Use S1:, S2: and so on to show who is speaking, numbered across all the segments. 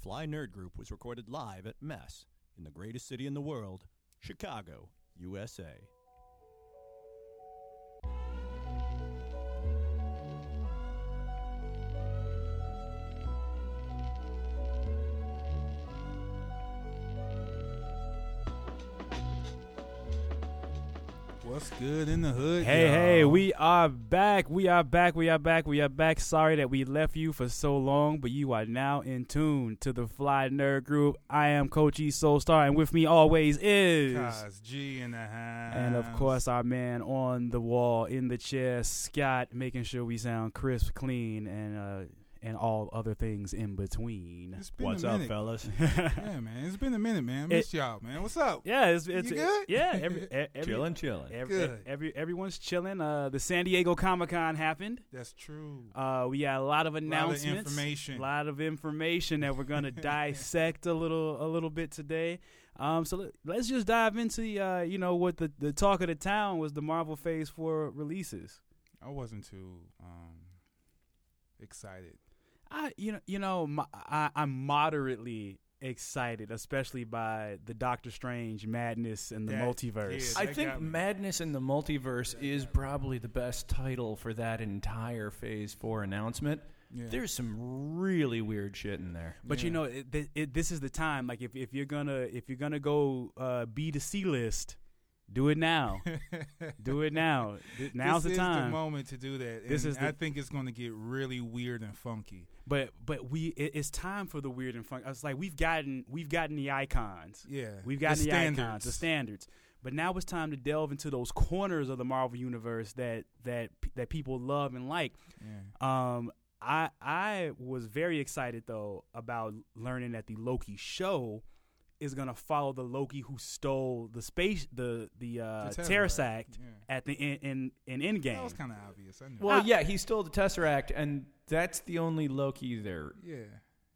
S1: Fly Nerd Group was recorded live at Mess in the greatest city in the world, Chicago, USA.
S2: What's good in the hood?
S3: Hey,
S2: y'all?
S3: hey, we are back. We are back. We are back. We are back. Sorry that we left you for so long, but you are now in tune to the Fly Nerd Group. I am Coach E Soulstar, and with me always is.
S2: Cos G in the house,
S3: And of course, our man on the wall, in the chair, Scott, making sure we sound crisp, clean, and uh, and all other things in between.
S2: It's been
S1: What's
S2: a
S1: up,
S2: minute.
S1: fellas?
S2: Yeah, man, it's been a minute, man. Miss y'all, man. What's up?
S3: Yeah, it's it's
S2: You good?
S3: yeah, every, e- every,
S1: chillin', chillin'.
S3: every,
S2: Good.
S3: every- everyone's chilling. Uh, the San Diego Comic Con happened.
S2: That's true.
S3: Uh, we got a lot of
S2: lot of
S3: announcements,
S2: information.
S3: lot of information that we're gonna dissect a little, a little bit today. Um, so let- let's just dive into, uh, you know, what the the talk of the town was the Marvel Phase Four releases.
S2: I wasn't too um excited.
S3: I, you know, you know, my, I, I'm moderately excited, especially by the Doctor Strange madness and the
S2: That-
S3: multiverse.
S2: yeah,
S4: I
S2: that
S4: think
S2: got me.
S4: Madness in the Multiverse is probably the best title for that entire Phase 4 announcement.
S2: Yeah.
S4: There's some really weird shit in there.
S3: But you know, it, th- it, this is the time. Like, if, if you're gonna if you're gonna go uh, B to C list, do it now. do it now. Th- Now's
S2: this
S3: the
S2: is the
S3: time.
S2: moment to do that.
S3: This
S2: and
S3: is the-
S2: I think it's going to get really weird and funky.
S3: but but we it, it's time for the weird and fun. I was like, we've gotten we've gotten the icons.
S2: Yeah,
S3: we've
S2: the
S3: gotten the, icons,
S2: standards.
S3: the standards. But now it's time to delve into those corners of the Marvel universe that that that people love and like.
S2: Yeah.
S3: Um, I I was very excited though about learning that the Loki show is gonna follow the Loki who stole the space the the uh,
S2: The
S3: Tesseract
S2: Tesseract, yeah.
S3: at the in in, in Endgame.
S2: That was kind of obvious. I knew.
S4: Well,
S3: I-
S4: yeah, he stole the Tesseract, and that's the only Loki there
S2: yeah.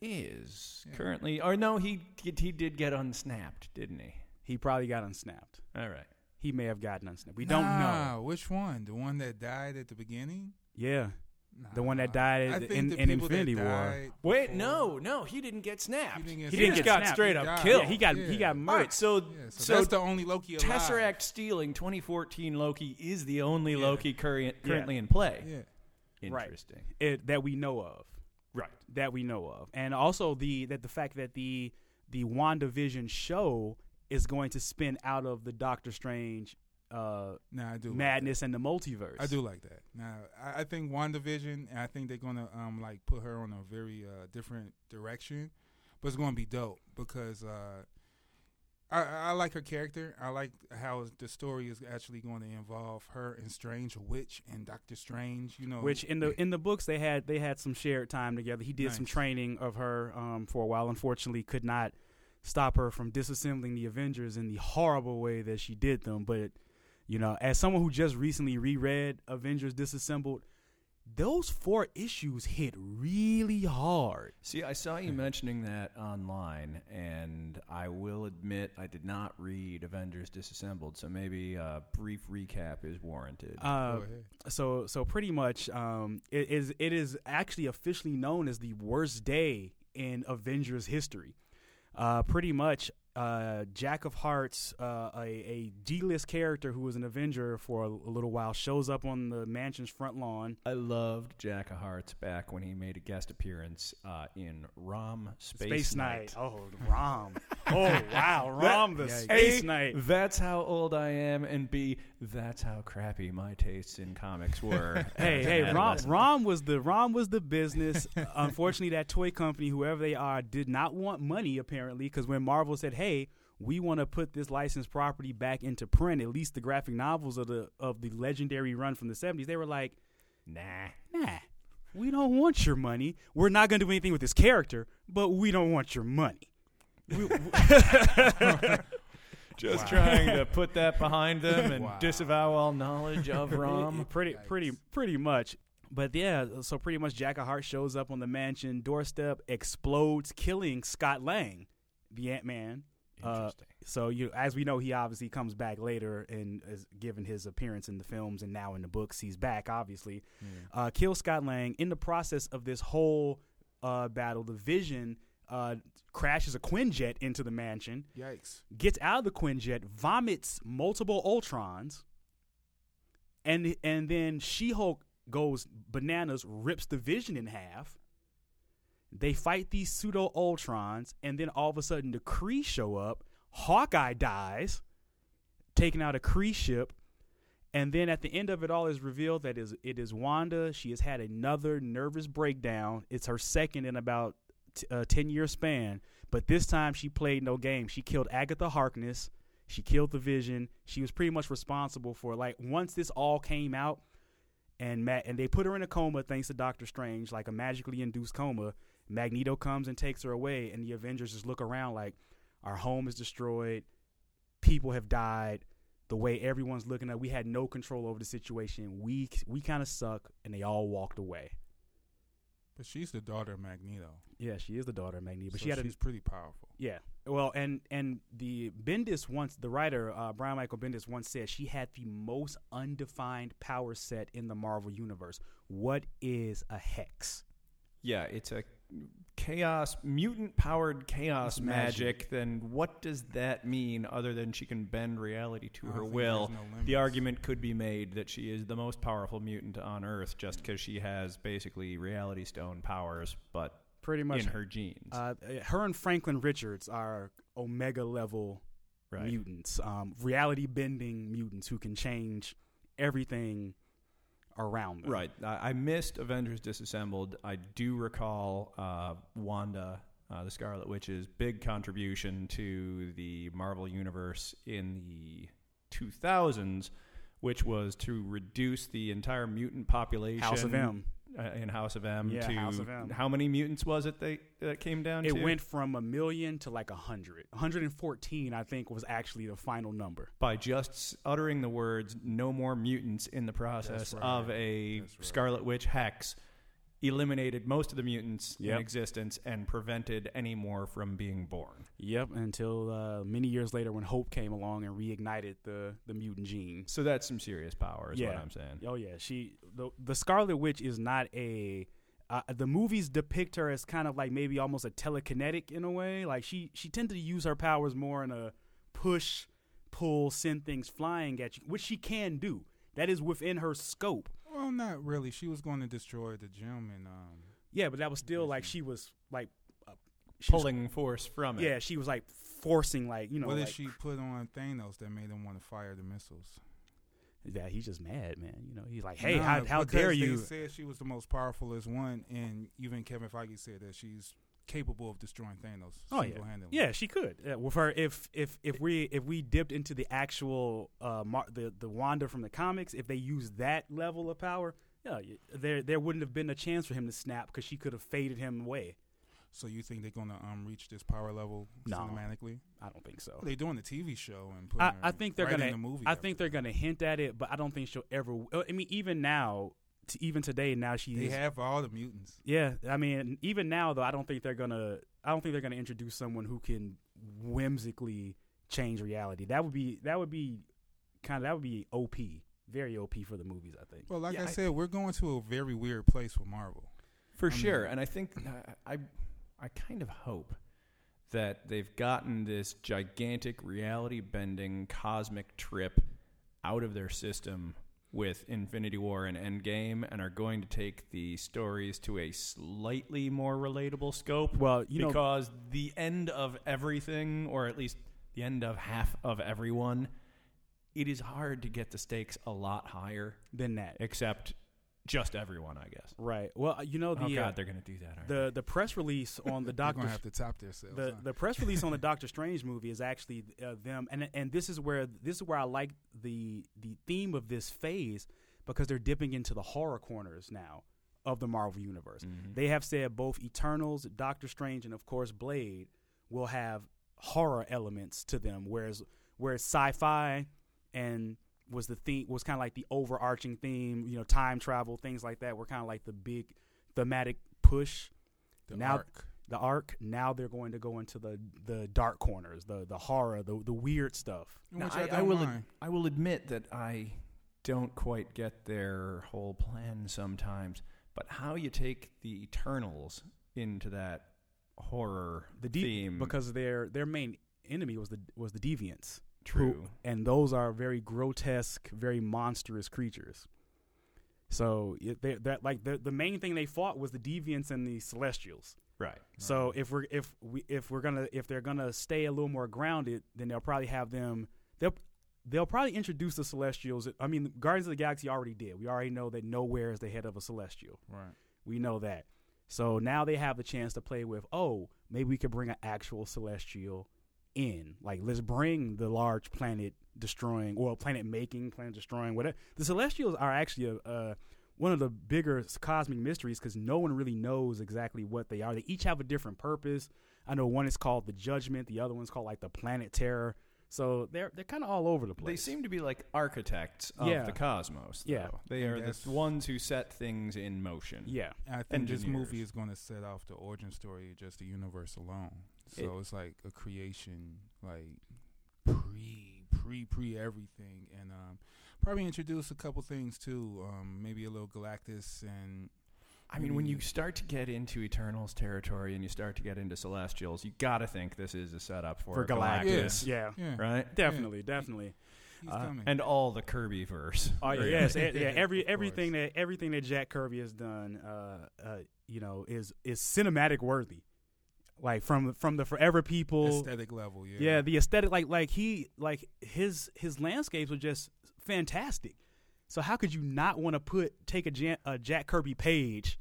S4: is currently. Or no, he he did get unsnapped, didn't he?
S3: he probably got unsnapped.
S4: All right.
S3: He may have gotten unsnapped. We don't know.
S2: Nah, which one? The one that died at the beginning?
S3: Yeah, the one that
S2: Nah.
S3: died
S2: I
S3: at the-
S2: think
S3: in,
S2: the
S3: in
S2: people that
S3: Infinity War.
S2: died
S4: Wait,
S2: before-
S4: no, no, he didn't get snapped.
S2: He didn't get
S3: He
S2: snapped.
S3: didn't
S4: just
S3: get
S4: got
S3: snapped.
S4: straight
S2: up
S3: Yeah,
S2: killed.
S3: he got he
S2: Yeah.
S3: got
S2: All
S3: murdered.
S4: All right, so
S2: Yeah, so,
S4: so
S2: that's the only Loki alive.
S4: Tesseract stealing 2014 Loki is the only Loki current, currently in play.
S2: Yeah.
S3: Right.
S4: Interesting.
S3: it, that we know of,
S4: Right.
S3: that we know of, and also the that the fact that the the WandaVision show is going to spin out of the Doctor Strange uh,
S2: Nah, I do.
S3: madness and the multiverse.
S2: I do like that. Now, I, I think WandaVision, and I think they're gonna um like put her on a very uh, different direction, but it's gonna be dope because uh, I I like her character. I like how the story is actually going to involve her and Strange Witch and Doctor Strange. You know,
S3: Which in the in the books they had they had some shared time together. He did some
S2: Nice.
S3: training of her um, for a while. Unfortunately, could not stop her from disassembling the Avengers in the horrible way that she did them. But you know, as someone who just recently reread Avengers Disassembled, those four issues hit really hard.
S4: See, I saw you mentioning that online, and I will admit I did not read Avengers Disassembled, so maybe a brief recap is warranted.
S3: Uh,
S2: ahead.
S3: so so pretty much um, it is it is actually officially known as the worst day in Avengers history. Uh, pretty much, uh, Jack of Hearts, uh, a, a D-list character who was an Avenger for a, a little while, shows up on the mansion's front lawn.
S4: I loved Jack of Hearts back when he made a guest appearance uh, in Rom Space,
S3: Space, Knight. Oh, Rom. oh wow, Rom the
S2: Yikes.
S3: Space
S4: A,
S3: Knight.
S4: That's how old I am, and B, that's how crappy my tastes in comics were.
S3: Hey,
S4: as an
S3: hey, Rom,
S4: adolescent.
S3: Rom was the Rom was the business. Unfortunately, that toy company, whoever they are, did not want money apparently because when Marvel said, "Hey, we want to put this licensed property back into print, at least the graphic novels of the of the legendary run from the '70s," they were like,
S4: Nah.
S3: "Nah, we don't want your money. We're not going to do anything with this character, but we don't want your money."
S4: Just trying to put that behind them and
S2: Wow.
S4: disavow all knowledge of Rom.
S3: pretty, pretty, pretty much. But yeah, so pretty much Jack of Heart shows up on the mansion doorstep, explodes, killing Scott Lang, the Ant Man.
S4: Interesting.
S3: so you, as we know, he obviously comes back later and is given his appearance in the films and now in the books, he's back. Obviously, uh, kills Scott Lang. In the process of this whole uh, battle, the Vision uh, crashes a Quinjet into the mansion,
S2: Yikes!
S3: gets out of the Quinjet, vomits multiple Ultrons, and and then She Hulk goes bananas, rips the Vision in half. They fight these pseudo Ultrons, and then all of a sudden the Kree show up. Hawkeye dies, taking out a Kree ship, and then at the end of it all is revealed that is it is Wanda. She has had another nervous breakdown. It's her second in about t- a ten year span, but this time she played no game. She killed Agatha Harkness. She killed the Vision. She was pretty much responsible for like once this all came out, and Matt and they put her in a coma thanks to Doctor Strange, like a magically induced coma. Magneto comes and takes her away, and the Avengers just look around like, our home is destroyed, people have died. The way everyone's looking at, we had no control over the situation. We we kind of suck, and they all walked away.
S2: But she's the daughter of Magneto,
S3: Yeah, she is the daughter of Magneto, but
S2: so
S3: she had a,
S2: she's pretty powerful.
S3: Yeah. Well, and and the Bendis once the writer uh, Brian Michael Bendis once said she had the most undefined power set in the Marvel universe. What is a hex?
S4: Yeah, it's a chaos mutant powered chaos
S3: It's
S4: magic.
S3: magic.
S4: Then what does that mean other than she can bend reality to
S2: I
S4: her
S2: think
S4: will?
S2: there's no
S4: the
S2: limits.
S4: argument could be made that she is the most powerful mutant on Earth just because she has basically reality stone powers, but
S3: Pretty much.
S4: in her genes.
S3: uh, her and Franklin Richards are Omega level
S4: right.
S3: mutants, um, reality bending mutants who can change everything around them.
S4: Right. I, I missed Avengers Disassembled. I do recall uh, Wanda, uh, the Scarlet Witch's big contribution to the Marvel Universe in the 2000s, which was to reduce the entire mutant population.
S3: House of M.
S4: Uh, in House of M
S3: Yeah,
S4: to
S3: House of M.
S4: how many mutants was it they that came down
S3: It
S4: to?
S3: went from a million to like a hundred. 114, I think, was actually the final number.
S4: by just s- uttering the words "no more mutants" in the process
S2: That's right.
S4: of a
S2: That's right.
S4: Scarlet Witch hex, eliminated most of the mutants in
S3: Yep.
S4: existence and prevented any more from being born.
S3: Yep, until uh, many years later when Hope came along and reignited the the mutant gene.
S4: So that's some serious power, is
S3: yeah,
S4: what I'm saying.
S3: Oh yeah, she the the Scarlet Witch is not a. Uh, the movies depict her as kind of like maybe almost a telekinetic in a way. Like she she tended to use her powers more in a push, pull, send things flying at you, which she can do. That is within her scope.
S2: Well, not really. She was going to destroy the gym, and um,
S3: Yeah, but that was still like she was like uh, she was-
S4: Pulling force from it.
S3: yeah, she was like forcing like you know.
S2: what did
S3: like,
S2: she put on Thanos that made him want to fire the missiles?
S3: Yeah, he's just mad, man. You know, he's like, hey,
S2: Nah,
S3: how, how
S2: because
S3: dare
S2: they
S3: you?
S2: Said she was the most powerful as one, and even Kevin Feige said that she's capable of destroying Thanos
S3: Oh, yeah.
S2: single-handedly.
S3: Yeah, she could. Yeah, with her, if if if we if we dipped into the actual uh, Mar- the the Wanda from the comics, if they used that level of power, yeah, y- there there wouldn't have been a chance for him to snap because she could have faded him away.
S2: So you think they're gonna um reach this power level
S3: No.
S2: cinematically?
S3: I don't think so.
S2: They're doing the TV show and putting
S3: I,
S2: her
S3: I think they're
S2: right in
S3: gonna.
S2: the movie.
S3: I think they're gonna hint at it, but I don't think she'll ever. uh, I mean, even now, t- even today, now she
S2: they
S3: is-
S2: have all the mutants.
S3: Yeah, I mean, even now though, I don't think they're gonna. I don't think they're gonna introduce someone who can whimsically change reality. That would be that would be kind of that would be OP, very OP for the movies. I think.
S2: Well, like
S4: Yeah,
S2: I,
S4: I-
S2: said, we're going to a very weird place with Marvel.
S4: For
S3: Um,
S2: I mean-
S4: sure, and I think uh, I, I kind of hope that they've gotten this gigantic reality bending cosmic trip out of their system with Infinity War and Endgame, and are going to take the stories to a slightly more relatable scope.
S3: Well, you know-
S4: because the end of everything, or at least the end of half of everyone, it is hard to get the stakes a lot higher.
S3: Than that,
S4: Except just everyone, I guess.
S3: right? Well, you know the
S4: oh
S3: uh,
S4: God, they're going to do that. Aren't they?
S3: the the press release on the
S2: They're gonna
S3: Doctor
S2: have to top themselves.
S3: the
S2: huh?
S3: the press release on the Doctor Strange movie is actually uh, them, and and this is where this is where I like the the theme of this phase because they're dipping into the horror corners now of the Marvel universe. They have said both Eternals, Doctor Strange, and of course Blade will have horror elements to them, whereas whereas sci-fi and was the theme was kind of like the overarching theme, you know, time travel things like that were kind of like the big thematic push
S2: The
S3: now
S2: arc.
S3: the arc. Now they're going to go into the the dark corners, the the horror, the the weird stuff.
S4: Now,
S2: Which I
S4: I, I
S2: don't
S4: will. Ad-
S2: mind.
S4: I will admit that I don't quite get their whole plan sometimes. But how you take the Eternals into that horror
S3: the deep
S4: theme
S3: because their their main enemy was the was the deviants who-
S4: true
S3: and those are very grotesque very monstrous creatures so it, they, that like the, the main thing they fought was the deviants and the celestials
S4: right
S3: so if we're if we if we're gonna if they're gonna stay a little more grounded then they'll probably have them they'll they'll probably introduce the celestials i mean guardians of the galaxy already did we already know that nowhere is the head of a celestial
S2: Right.
S3: we know that. So now they have the chance to play with, oh, maybe we could bring an actual celestial in. Like, let's bring the large planet destroying, or planet making, planet destroying, whatever. The celestials are actually a, uh, one of the bigger s- cosmic mysteries because no one really knows exactly what they are. They each have a different purpose. I know one is called the Judgment, the other one's called like the Planet Terror. So they're they're kind of all over the place.
S4: they seem to be like architects of
S3: Yeah.
S4: the cosmos
S3: Yeah.
S4: though. they
S2: And
S4: are
S2: that's-
S4: the ones who set things in motion
S3: yeah.
S2: I think this movie
S4: Engineers.
S2: is going to set off the origin story of just the universe alone. So it's like a creation, like pre, pre, pre everything, and um, probably introduce a couple things too. Um, maybe a little Galactus and
S4: I mean, when you
S2: Mm.
S4: start to get into Eternals territory and you start to get into Celestials, you got to think this is a setup for,
S3: For
S4: a
S3: Galactus.
S4: Galactus,
S3: Yeah.
S2: yeah,
S4: right?
S3: Definitely, definitely.
S2: he's
S3: Uh,
S2: coming.
S4: And all the Kirby verse.
S3: Oh yes,
S2: Yeah.
S3: e- yeah. Every
S2: Of course.
S3: everything that everything that Jack Kirby has done, uh, uh, you know, is is cinematic worthy. Like from from the Forever People,
S2: aesthetic level, yeah,
S3: yeah, the aesthetic. Like like he like his his landscapes were just fantastic. So how could you not want to put take a, Jan, a Jack Kirby page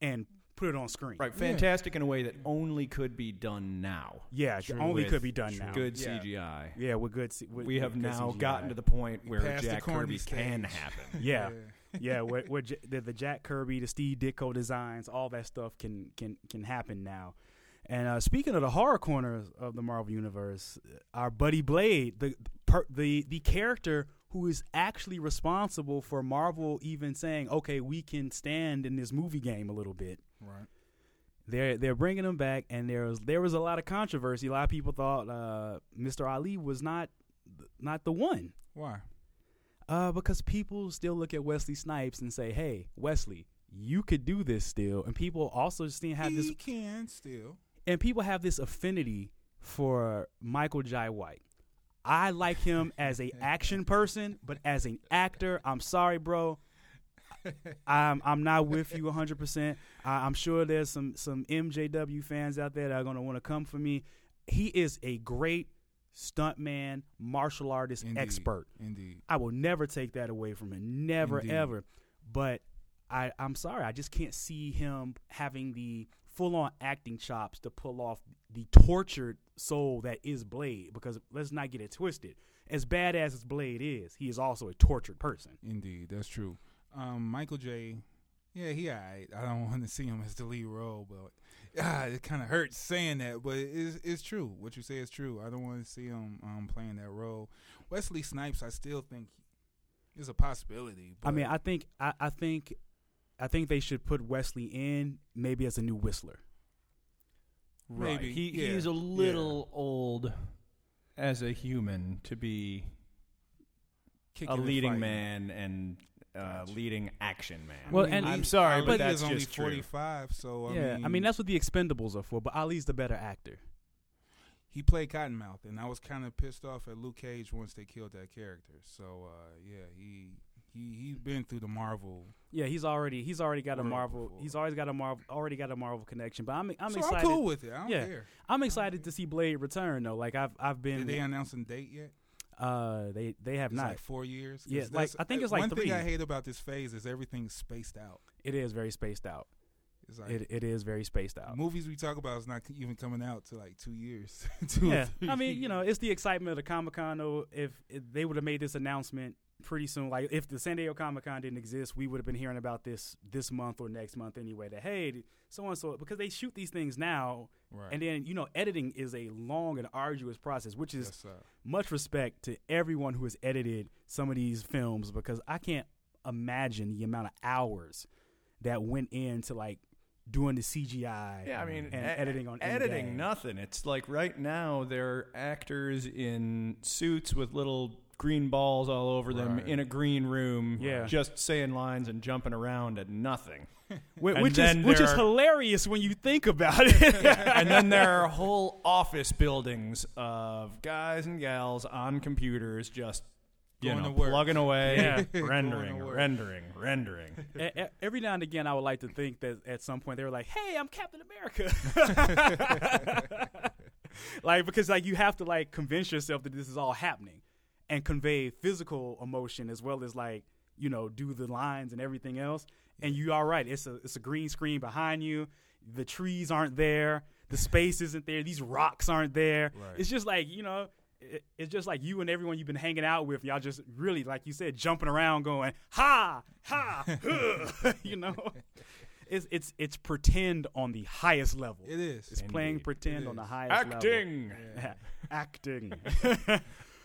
S3: and put it on screen?
S4: Right, fantastic in a way that only could be done now.
S3: Yeah, it
S4: True
S3: only
S4: with
S3: could be done now.
S4: Good
S2: Yeah.
S4: CGI.
S3: Yeah, with good. c- With,
S4: We have
S3: with good
S4: now
S3: CGI.
S4: gotten to the point
S2: We
S4: where
S2: passed the
S4: Jack
S2: corny
S4: Kirby can
S2: stage.
S4: happen.
S3: Yeah. yeah, what what J- the, the Jack Kirby, the Steve Ditko designs, all that stuff can can can happen now. And uh, speaking of the horror corners of the Marvel universe, our buddy Blade, the per, the the character who is actually responsible for Marvel even saying, "Okay, we can stand in this movie game a little bit."
S2: right.
S3: They're they're bringing him back, and there was there was a lot of controversy. A lot of people thought uh, Mr. Ali was not not the one.
S2: Why?
S3: Uh, because people still look at Wesley Snipes and say, "Hey, Wesley, you could do this still." And people also seem have
S2: he
S3: this,
S2: can still.
S3: and people have this affinity for Michael Jai White. I like him as a action person, but as an actor, I'm sorry, bro. I'm I'm not with you 100. percent I'm sure there's some some MJW fans out there that are gonna want to come for me. He is a great stuntman, martial artist
S2: Indeed.
S3: expert.
S2: Indeed.
S3: I will never take that away from him. Never,
S2: Indeed.
S3: ever. But I, I'm sorry. I just can't see him having the full on acting chops to pull off the tortured soul that is Blade. Because let's not get it twisted. As bad as Blade is, he is also a tortured person.
S2: Indeed, that's true. Um, Michael J. Yeah, he. alright. I don't want to see him as the lead role, but ah, it kind of hurts saying that. But it's it's true. What you say is true. I don't want to see him um, playing that role. Wesley Snipes, I still think is a possibility. But
S3: I mean, I think, I, I think, I think they should put Wesley in maybe as a new Whistler.
S4: Right.
S2: Maybe,
S4: He
S2: yeah,
S4: he's a
S2: yeah.
S4: little old as a human to be
S2: Kicking
S4: a
S2: and
S4: leading
S2: fighting.
S4: man and uh,
S2: Gotcha.
S4: leading action man.
S2: I
S3: Well,
S2: mean,
S3: and-
S2: Ali-
S4: I'm sorry,
S2: Ali
S4: but
S2: is
S4: that's
S2: only
S4: just true.
S2: 45. So I
S3: yeah,
S2: mean,
S3: I mean that's what the Expendables are for. But Ali's the better actor.
S2: he played Cottonmouth, and I was kind of pissed off at Luke Cage once they killed that character. So uh, yeah, he he he's been through the Marvel.
S3: Yeah, he's already he's already got a
S2: World
S3: Marvel.
S2: before.
S3: He's always got a Marvel already got a Marvel connection. But I'm I'm
S2: so
S3: excited.
S2: I'm cool with it. I don't
S3: Yeah.
S2: care.
S3: I'm excited to see Blade return though. Like I've I've been
S2: Did they announce a date yet?
S3: uh they they have
S2: It's
S3: not.
S2: like four years. 'Cause
S3: Yeah, like,
S2: that's-
S3: I think it's like
S2: one
S3: three.
S2: thing I hate about this phase is everything's spaced out.
S3: it is very spaced out.
S2: It's like
S3: it it is very spaced out.
S2: movies we talk about is not c- even coming out to like two years. two or
S3: Yeah,
S2: three
S3: I mean you know
S2: years.
S3: it's the excitement of the Comic Con though. If, if they would have made this announcement pretty soon, like if the San Diego Comic Con didn't exist, we would have been hearing about this this month or next month anyway. That hey, so and so because they shoot these things now,
S2: right.
S3: and then you know editing is a long and arduous process, which is
S2: Yes, sir.
S3: much respect to everyone who has edited some of these films because I can't imagine the amount of hours that went into like doing the CGI.
S4: Yeah, I mean,
S3: and
S4: e-
S3: editing on
S4: editing
S3: Endgame.
S4: nothing. It's like right now there are actors in suits with little green balls all over them
S2: Right.
S4: in a green room,
S3: Yeah.
S4: just saying lines and jumping around at nothing.
S3: Wh-
S4: And
S3: which is
S4: then
S3: which
S4: there
S3: is
S4: are-
S3: hilarious when you think about it.
S4: and then there are whole office buildings of guys and gals on computers just you
S2: Going
S4: know,
S2: to work.
S4: plugging away,
S3: Yeah.
S2: Going
S4: rendering,
S2: to work.
S4: rendering, rendering.
S3: E- e- Every now and again, I would like to think that at some point they were like, "Hey, I'm Captain America," like because like you have to like convince yourself that this is all happening, and convey physical emotion as well as like you know do the lines and everything else. And you are right; it's a it's a green screen behind you. The trees aren't there. The space isn't there. These rocks aren't there.
S2: Right.
S3: It's just like you know. it- It's just like you and everyone you've been hanging out with. Y'all just really, like you said, jumping around, going ha ha, huh," you know. It's it's it's pretend on the highest level.
S2: It is.
S3: It's playing
S4: Indeed.
S3: pretend
S2: It
S3: on the
S2: is.
S3: highest level.
S4: Acting.
S3: Acting.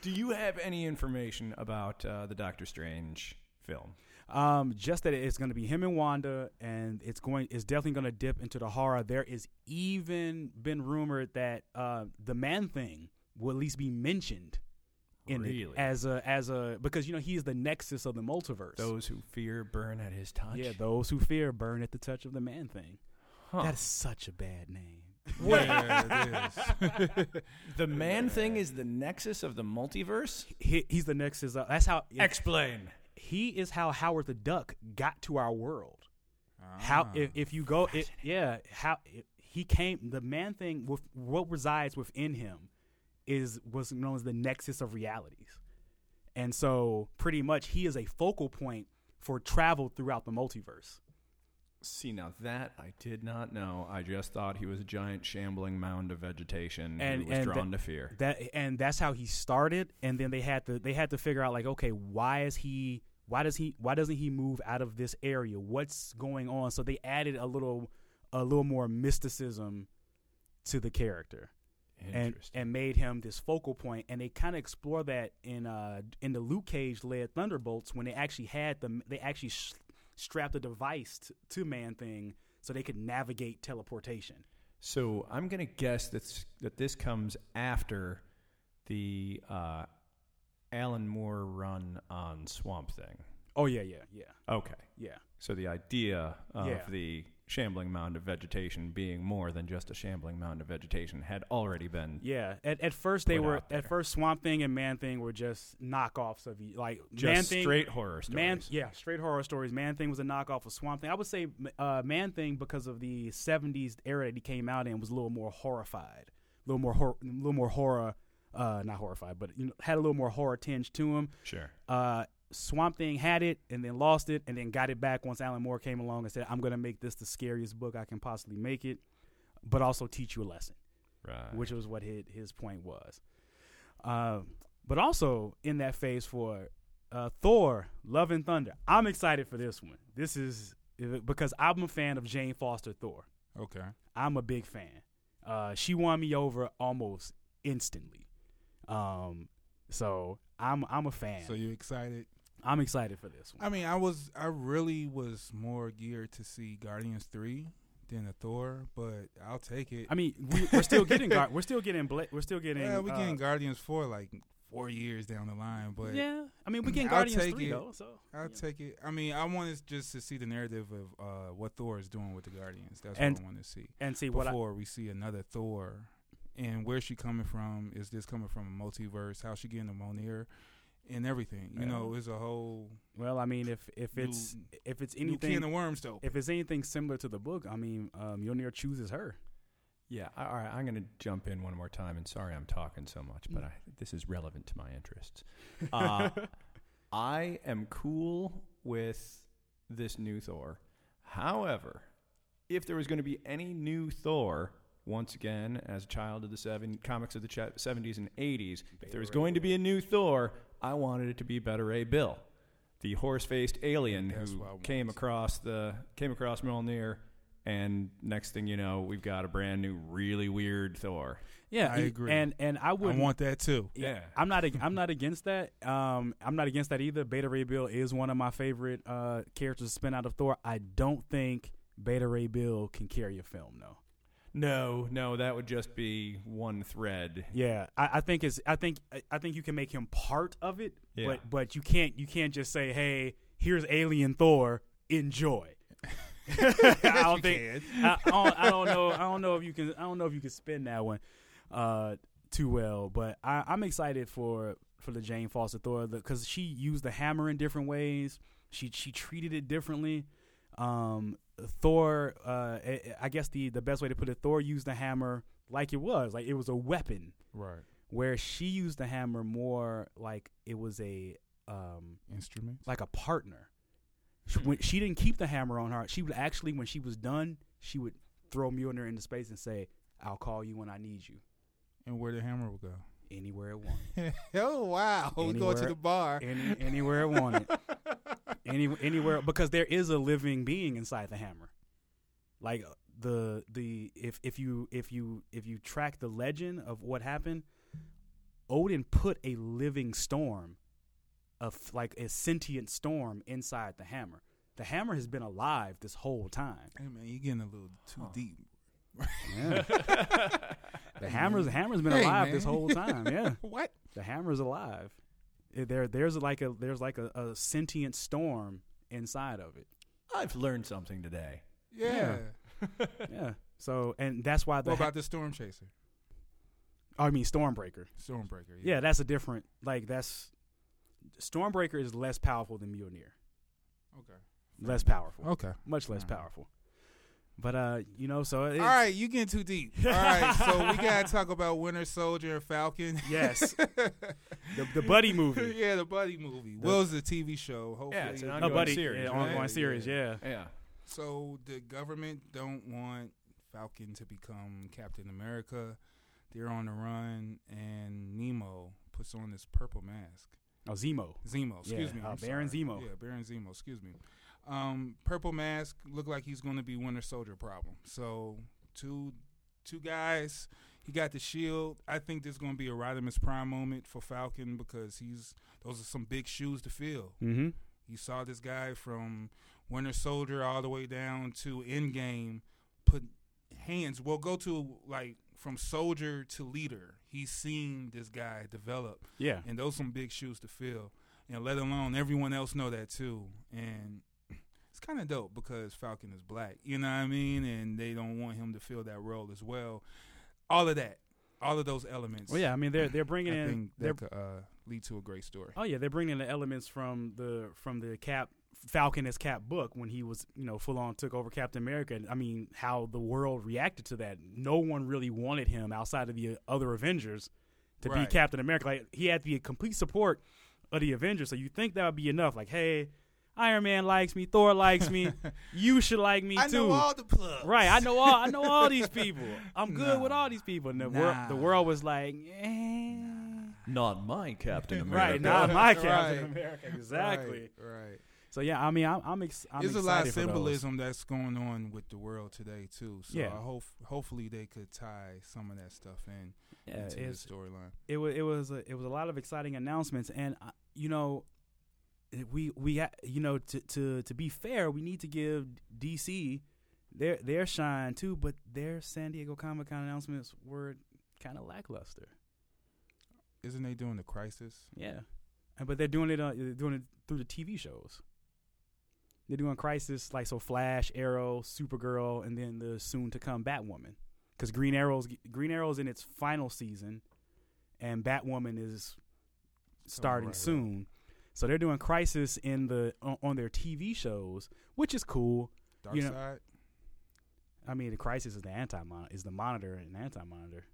S4: Do you have any information about uh, the Doctor Strange film?
S3: um, just that it's going to be him and Wanda, and it's going. It's definitely going to dip into the horror. There is even been rumored that uh, the Man Thing will at least be mentioned in
S4: Really?
S3: it as a as a because you know he is the nexus of the multiverse.
S4: Those who fear burn at his touch.
S3: yeah, those who fear burn at the touch of the Man Thing.
S4: Huh.
S3: That is such a bad name.
S2: Yeah, it is.
S4: the man thing is the nexus of the multiverse.
S3: He, he's the nexus. Of, that's how
S4: Explain.
S3: he is how Howard the Duck got to our world.
S4: Ah.
S2: Ah.
S3: How if, if you go, it, yeah, how it, he came. The man thing with what resides within him is what's known as the nexus of realities, and so pretty much he is a focal point for travel throughout the multiverse.
S4: See now that I did not know. I just thought he was a giant shambling mound of vegetation
S3: And-
S4: and Mm-hmm. was
S3: and
S4: drawn
S3: the-
S4: to fear.
S3: That and that's how he started, and then they had to they had to figure out like, okay, why is he? Why does he? Why doesn't he move out of this area? What's going on? So they added a little, a little more mysticism to the character, and
S4: Interesting.
S3: and made him this focal point. And they kind of explore that in uh in the Luke Cage led Thunderbolts when they actually had them. They actually sh- strapped a device t- to Man Thing so they could navigate teleportation.
S4: so I'm gonna guess that's that this comes after the uh, Alan Moore run on Swamp Thing.
S3: Oh yeah, yeah, yeah,
S4: Okay.
S3: yeah.
S4: So the idea of
S3: Yeah.
S4: the shambling mound of vegetation being more than just a shambling mound of vegetation had already been
S3: Yeah, at, at first they
S4: put
S3: were.
S4: out there.
S3: At first, Swamp Thing and Man Thing were just knockoffs of each- like
S4: just
S3: Man Thing,
S4: straight horror stories.
S3: Man, yeah, straight horror stories. Man Thing was a knockoff of Swamp Thing. I would say uh, Man Thing because of the '70s era that he came out in was a little more horrified, a little more, hor- a little more horror, uh, not horrified, but you know, had a little more horror tinge to him.
S4: Sure.
S3: Uh, Swamp Thing had it and then lost it and then got it back once Alan Moore came along and said, "I'm going to make this the scariest book I can possibly make it, but also teach you a lesson."
S4: Right.
S3: which was what his, his point was. Um, but also in that phase for uh, Thor, Love and Thunder. I'm excited for this one. This is because I'm a fan of Jane Foster Thor.
S2: okay.
S3: I'm a big fan. Uh, she won me over almost instantly. Um, so I'm I'm a fan.
S2: So you excited?
S3: I'm excited for this one.
S2: I mean, I was, I really was more geared to see Guardians three than a Thor, but I'll take it.
S3: I mean, we, we're still getting Gar- we're still getting Bla- we're still getting
S2: yeah, we
S3: uh,
S2: getting Guardians four like four years down the line, but
S3: yeah. I mean, we getting
S2: I'll
S3: Guardians
S2: take
S3: three
S2: it.
S3: though. So
S2: I'll
S3: yeah.
S2: take it. I mean, I want us just to see the narrative of uh, what Thor is doing with the Guardians. That's
S3: And-
S2: what I want to see
S3: and see what I,
S2: before we see another Thor. And where's she coming from? Is this coming from a multiverse? How's she getting to Mjolnir? And everything, you
S4: Yeah.
S2: know, it's a whole
S3: Well, I mean, if if
S2: New-
S3: it's if it's
S2: new can of
S3: anything
S2: worms, though.
S3: if it's anything similar to the book, I mean, um, Mjolnir chooses her.
S4: Yeah, I- all right. I'm going to jump in one more time, and sorry I'm talking so much,
S3: Mm.
S4: but I, this is relevant to my interests. Uh, I am cool with this new Thor. However, if there was going to be any new Thor, once again, as a child of the seven comics of the ch- 70s and 80s, if there was going to be a new Thor, I wanted it to be Better Ray Bill, the horse-faced alien
S2: That's
S4: who
S2: what I wanted.
S4: came across the came across Mjolnir, and next thing you know, we've got a brand new, really weird Thor.
S3: Yeah,
S2: I
S3: e-
S2: agree.
S3: And and I
S2: I
S3: would
S2: want that too.
S4: Yeah.
S3: I'm not ag- I'm not against that. Um, I'm not against that either. Beta Ray Bill is one of my favorite uh, characters to spin out of Thor. I don't think Beta Ray Bill can carry a film though.
S4: No, no, that would just be one thread.
S3: Yeah, I, I think it's I think I- I think you can make him part of it,
S4: Yeah.
S3: but but you can't you can't just say, "Hey, here's Alien Thor, enjoy." I don't think I, I, don't, I don't know I don't know if you can I don't know if you can spin that one uh, too well, but I, I'm excited for for the Jane Foster Thor because she used the hammer in different ways. She she treated it differently. Um, Thor, uh, I I guess the the best way to put it, Thor used the hammer like it was like it was a weapon
S2: Right.
S3: where she used the hammer more like it was a um
S2: Instruments.
S3: like a partner she, when, she didn't keep the hammer on her she would actually when she was done she would throw Mjolnir into space and say I'll call you when I need you
S2: And where the hammer will go.
S3: anywhere it wanted
S2: oh wow.
S3: We going to Anywhere- the
S2: bar.
S3: any, anywhere it wanted any, anywhere because there is a living being inside the hammer like uh, the the if if you if you if you track the legend of what happened odin put a living storm of like a sentient storm inside the hammer the hammer has been alive this whole time
S2: Hey man, you're getting a little too
S3: Huh.
S2: deep.
S3: the hammer's the hammer's been
S2: Hey,
S3: alive
S2: man.
S3: this whole time yeah
S2: what?
S3: the hammer's alive It- there there's like a there's like a, a sentient storm inside of it
S4: I've learned something today.
S2: Yeah.
S3: Yeah. yeah so and that's why the
S2: What
S3: ha-
S2: about the storm chaser?
S3: i mean stormbreaker
S2: Stormbreaker.
S3: Yeah, that's a different. Like that's Stormbreaker is less powerful than Mjolnir.
S2: Okay.
S3: Less powerful,
S2: Okay.
S3: much less
S2: Alright.
S3: powerful. But uh, you know, so it's,
S2: All right, you getting too deep. All right, so we gotta talk about Winter Soldier and Falcon.
S3: Yes, the, the buddy movie,
S2: yeah, the buddy movie. Will's the TV show. Hopefully,
S4: Yeah, it's an
S3: a
S4: ongoing
S3: buddy
S4: series,
S3: yeah,
S4: right?
S3: ongoing
S2: Yeah.
S3: series. Yeah,
S4: Yeah.
S2: So the government don't want Falcon to become Captain America. They're on the run, and Nemo puts on this purple mask.
S3: oh Zemo.
S2: Zemo, excuse
S3: Yeah,
S2: me.
S3: uh,
S2: I'm
S3: Baron
S2: sorry.
S3: Zemo.
S2: Yeah, Baron Zemo, excuse me. Um, purple mask look like he's going to be Winter Soldier problem. So two two guys. He got the shield. I think there's going to be a Rodimus Prime moment for Falcon because he's those are some big shoes to fill.
S3: Mm-hmm.
S2: You saw this guy from Winter Soldier all the way down to Endgame put hands. Well, go to like from soldier to leader. He's seen this guy develop,
S3: Yeah,
S2: and those some big shoes to fill. And let alone everyone else know that too. And it's kind of dope because Falcon is black. You know what I mean? And they don't want him to fill that role as well. All of that, all of those elements.
S3: well, yeah. I mean, they're they're
S2: I
S3: bringing in
S2: think
S3: they're
S2: that could uh, lead to a great story.
S3: oh yeah they're bringing in the elements from the from the Cap Falcon as Cap book when he was you know full on took over Captain America. And, I mean, how the world reacted to that. No one really wanted him outside of the other Avengers. to
S2: Right.
S3: be Captain America. Like he had the complete support of the Avengers. So you think that would be enough? Like, hey, Iron Man likes me, Thor likes me, you should like me
S2: I
S3: too.
S2: know all the plugs.
S3: Right, I know all I know all these people. I'm good with
S2: Nah.
S3: all these people. And the
S2: Nah.
S3: world the world was like, eh.
S4: Not my Captain America.
S3: right, not my Captain
S2: Right.
S3: America. Exactly.
S2: Right.
S3: So yeah, I mean, I'm I'm, ex- I'm
S2: There's a
S3: excited
S2: lot of
S3: for those.
S2: symbolism that's going on with the world today too. So
S3: Yeah.
S2: I hope hopefully they could tie some of that stuff in
S4: Yeah,
S2: to
S3: it's-
S2: the storyline.
S3: it was it was a, it was a lot of exciting announcements, and uh, you know, it- we we ha- you know to to to be fair, we need to give DC their their shine too, but their San Diego Comic Con announcements were kind of lackluster.
S2: Isn't they doing the crisis?
S3: Yeah, and, but they're doing it uh, they're doing it through the TV shows. They're doing Crisis like so Flash, Arrow, Supergirl, and then the soon to come Batwoman. Because Green Arrow's Green Arrow's in its final season, and Batwoman is starting
S2: right,
S3: soon. So they're doing Crisis in the on, on their TV shows, which is cool.
S2: Dark
S3: You know-
S2: side.
S3: I mean, the Crisis is the anti is the monitor and anti monitor.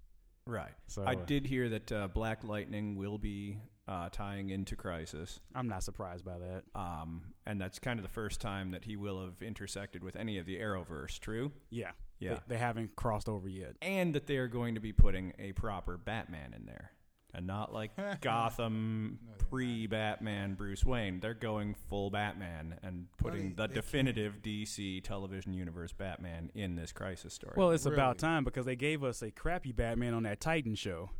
S4: Right.
S2: Oh,
S3: So
S4: I
S3: uh,
S4: did hear that uh, Black Lightning will be uh, tying into Crisis,
S3: I'm not surprised by that.
S4: um, and that's kind of the first time that he will have intersected with any of the Arrowverse. True.
S3: Yeah, They-
S4: Yeah.
S3: they, haven't crossed over yet.
S4: And that they are going to be putting a proper Batman in there, and not like Gotham
S2: No, they're not.
S4: pre-Batman Bruce Wayne. They're going full Batman and putting
S2: they-
S4: the
S2: they
S4: definitive DC television universe Batman in this Crisis story.
S3: Well, it's
S2: Really?
S3: about time because they gave us a crappy Batman on that Titan show.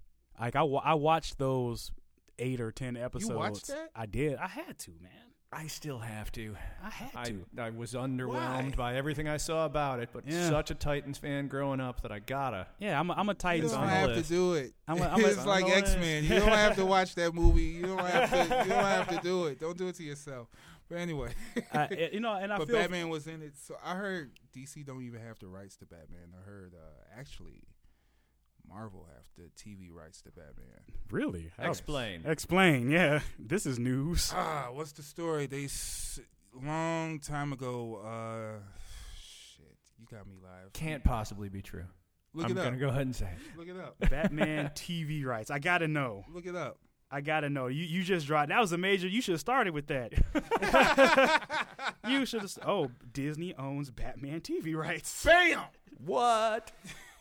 S3: Like I, wa- I watched those eight or ten episodes.
S2: watched that?
S3: I did. I had to, man.
S4: I still have to.
S3: I had
S4: I,
S3: to.
S4: I was underwhelmed by everything I saw about it, but
S3: Yeah.
S4: such a Titans fan growing up that I gotta.
S3: Yeah, I'm a, I'm a
S2: You
S3: Titans
S2: don't
S4: on the
S3: fan.
S2: have to
S4: list.
S2: do it.
S3: I'm a- I'm a-
S2: it's
S3: I'm
S2: like
S3: on the
S2: X
S3: list.
S2: Men. You don't have to watch that movie. You don't have to. You don't have to do it. Don't do it to yourself. But anyway,
S3: Uh, you know, and I
S2: but
S3: feel
S2: Batman was in it. So I heard DC don't even have the rights to Batman. I heard uh, actually Marvel have the TV rights to Batman.
S3: really Oh.
S4: Explain.
S3: Explain. Yeah, this is news.
S2: Ah, what's the story? They s- long time ago. Uh, shit, you got me live.
S4: Can't possibly be true.
S2: Look
S4: I'm
S2: it up.
S4: gonna go ahead and say it.
S2: Look it up.
S3: Batman TV rights. I gotta know.
S2: Look it up.
S3: I gotta know. You you just dropped. That was a major. You should have started with that. you should have. Oh, Disney owns Batman TV rights.
S2: Bam.
S4: What?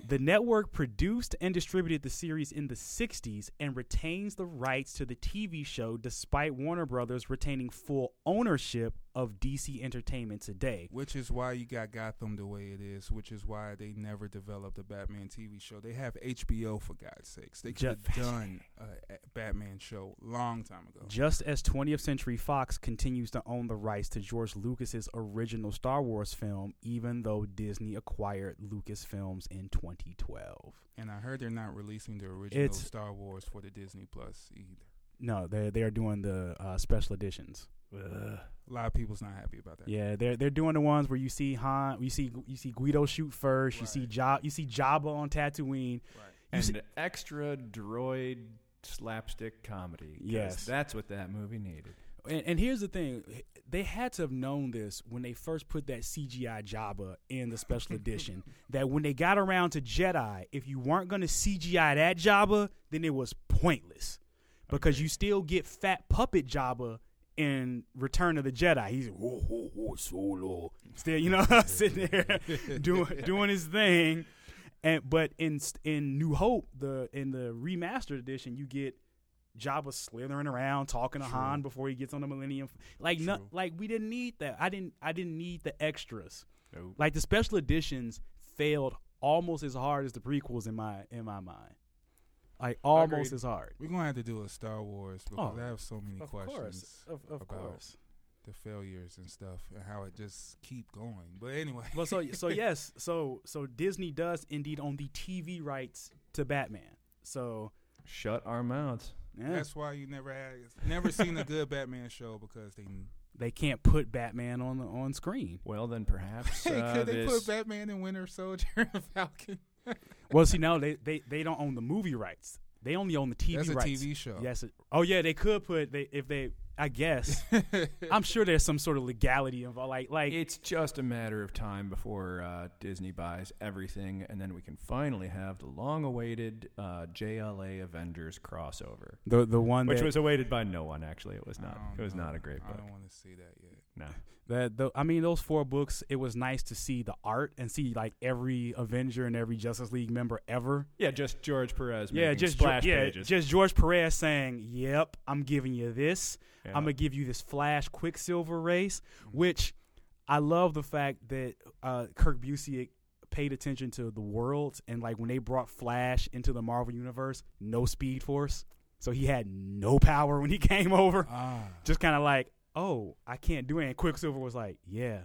S3: The network produced and distributed the series in the 60s and retains the rights to the TV show despite Warner Brothers retaining full ownership of DC Entertainment today.
S2: Which is why you got Gotham the way it is. Which is why they never developed a Batman TV show. They have HBO for God's sakes. They could
S3: Just-
S2: have done a a Batman show long time ago.
S3: Just as 20th Century Fox continues to own the rights to George Lucas's original Star Wars film, even though Disney acquired Lucasfilms in 2012.
S2: And I heard they're not releasing the original
S3: It's-
S2: Star Wars for the Disney Plus either.
S3: No, they they are doing the uh, special editions.
S2: A lot of people's not happy about that.
S3: Yeah, they're they're doing the ones where you see Han, you see you see Guido shoot first, you see
S2: Right.
S3: Job, you see Jabba on Tatooine. You
S4: and
S3: see-
S4: extra droid slapstick comedy. 'cause
S3: Yes.
S4: that's what that movie needed.
S3: And, and here's the thing: they had to have known this when they first put that CGI Jabba in the special edition. That when they got around to Jedi, if you weren't going to CGI that Jabba, then it was pointless, because you still get fat puppet Jabba in Return of the Jedi. He's whoa, whoa, whoa, solo, still you know sitting there doing doing his thing. And but in in New Hope, the in the remastered edition, you get Jabba slithering around talking to
S2: True.
S3: Han before he gets on the Millennium. Like no,
S2: True.
S3: like we didn't need that. I didn't I didn't need the extras.
S4: Nope.
S3: Like the special editions failed almost as hard as the prequels in my in my mind. Like almost
S4: Agreed.
S3: as hard.
S2: We're gonna have to do a Star Wars because
S3: Oh,
S2: I have so many
S3: Of
S2: questions
S3: course, of, of
S2: about
S3: course.
S2: the failures and stuff and how it just keep going. But anyway,
S3: Well, so so yes, so so Disney does indeed own the TV rights to Batman. So
S4: Shut our mouths.
S3: yeah,
S2: that's why you never had never seen a good Batman show because they
S3: they can't put Batman on the on screen.
S4: Well, then perhaps
S2: Hey,
S4: uh,
S2: could they
S4: this
S2: put Batman and Winter Soldier and Falcon?
S3: Well, see now they, they they don't own the movie rights. They only own the TV
S2: That's a
S3: rights.
S2: TV show.
S3: Yes. it- Oh yeah, they could put they if they. I guess I'm sure there's some sort of legality involved. Like like
S4: It's just a matter of time before uh, Disney buys everything, and then we can finally have the long-awaited uh, JLA Avengers crossover,
S3: the the one
S4: which
S3: that,
S4: was awaited by no one. Actually, it was
S2: I
S4: not.
S2: don't
S4: It was
S2: know.
S4: not a great
S2: Oh, I
S4: book.
S2: don't want to see that yet.
S4: No.
S3: that the, I mean those four books. It was nice to see the art and see like every Avenger and every Justice League member ever.
S4: Yeah, just George Perez.
S3: Yeah,
S4: making
S3: just Ge-
S4: splash
S3: yeah,
S4: pages.
S3: just George Perez saying, "Yep, I'm giving you this.
S4: Yeah. Mm-hmm.
S3: I'm gonna give you this Flash Quicksilver race," which I love the fact that uh, Kirk Busiek paid attention to the worlds and like when they brought Flash into the Marvel universe, no Speed Force, so he had no power when he came over.
S2: Ah.
S3: Just kind of like, "Oh, I can't do it." And Quicksilver was like, "Yeah,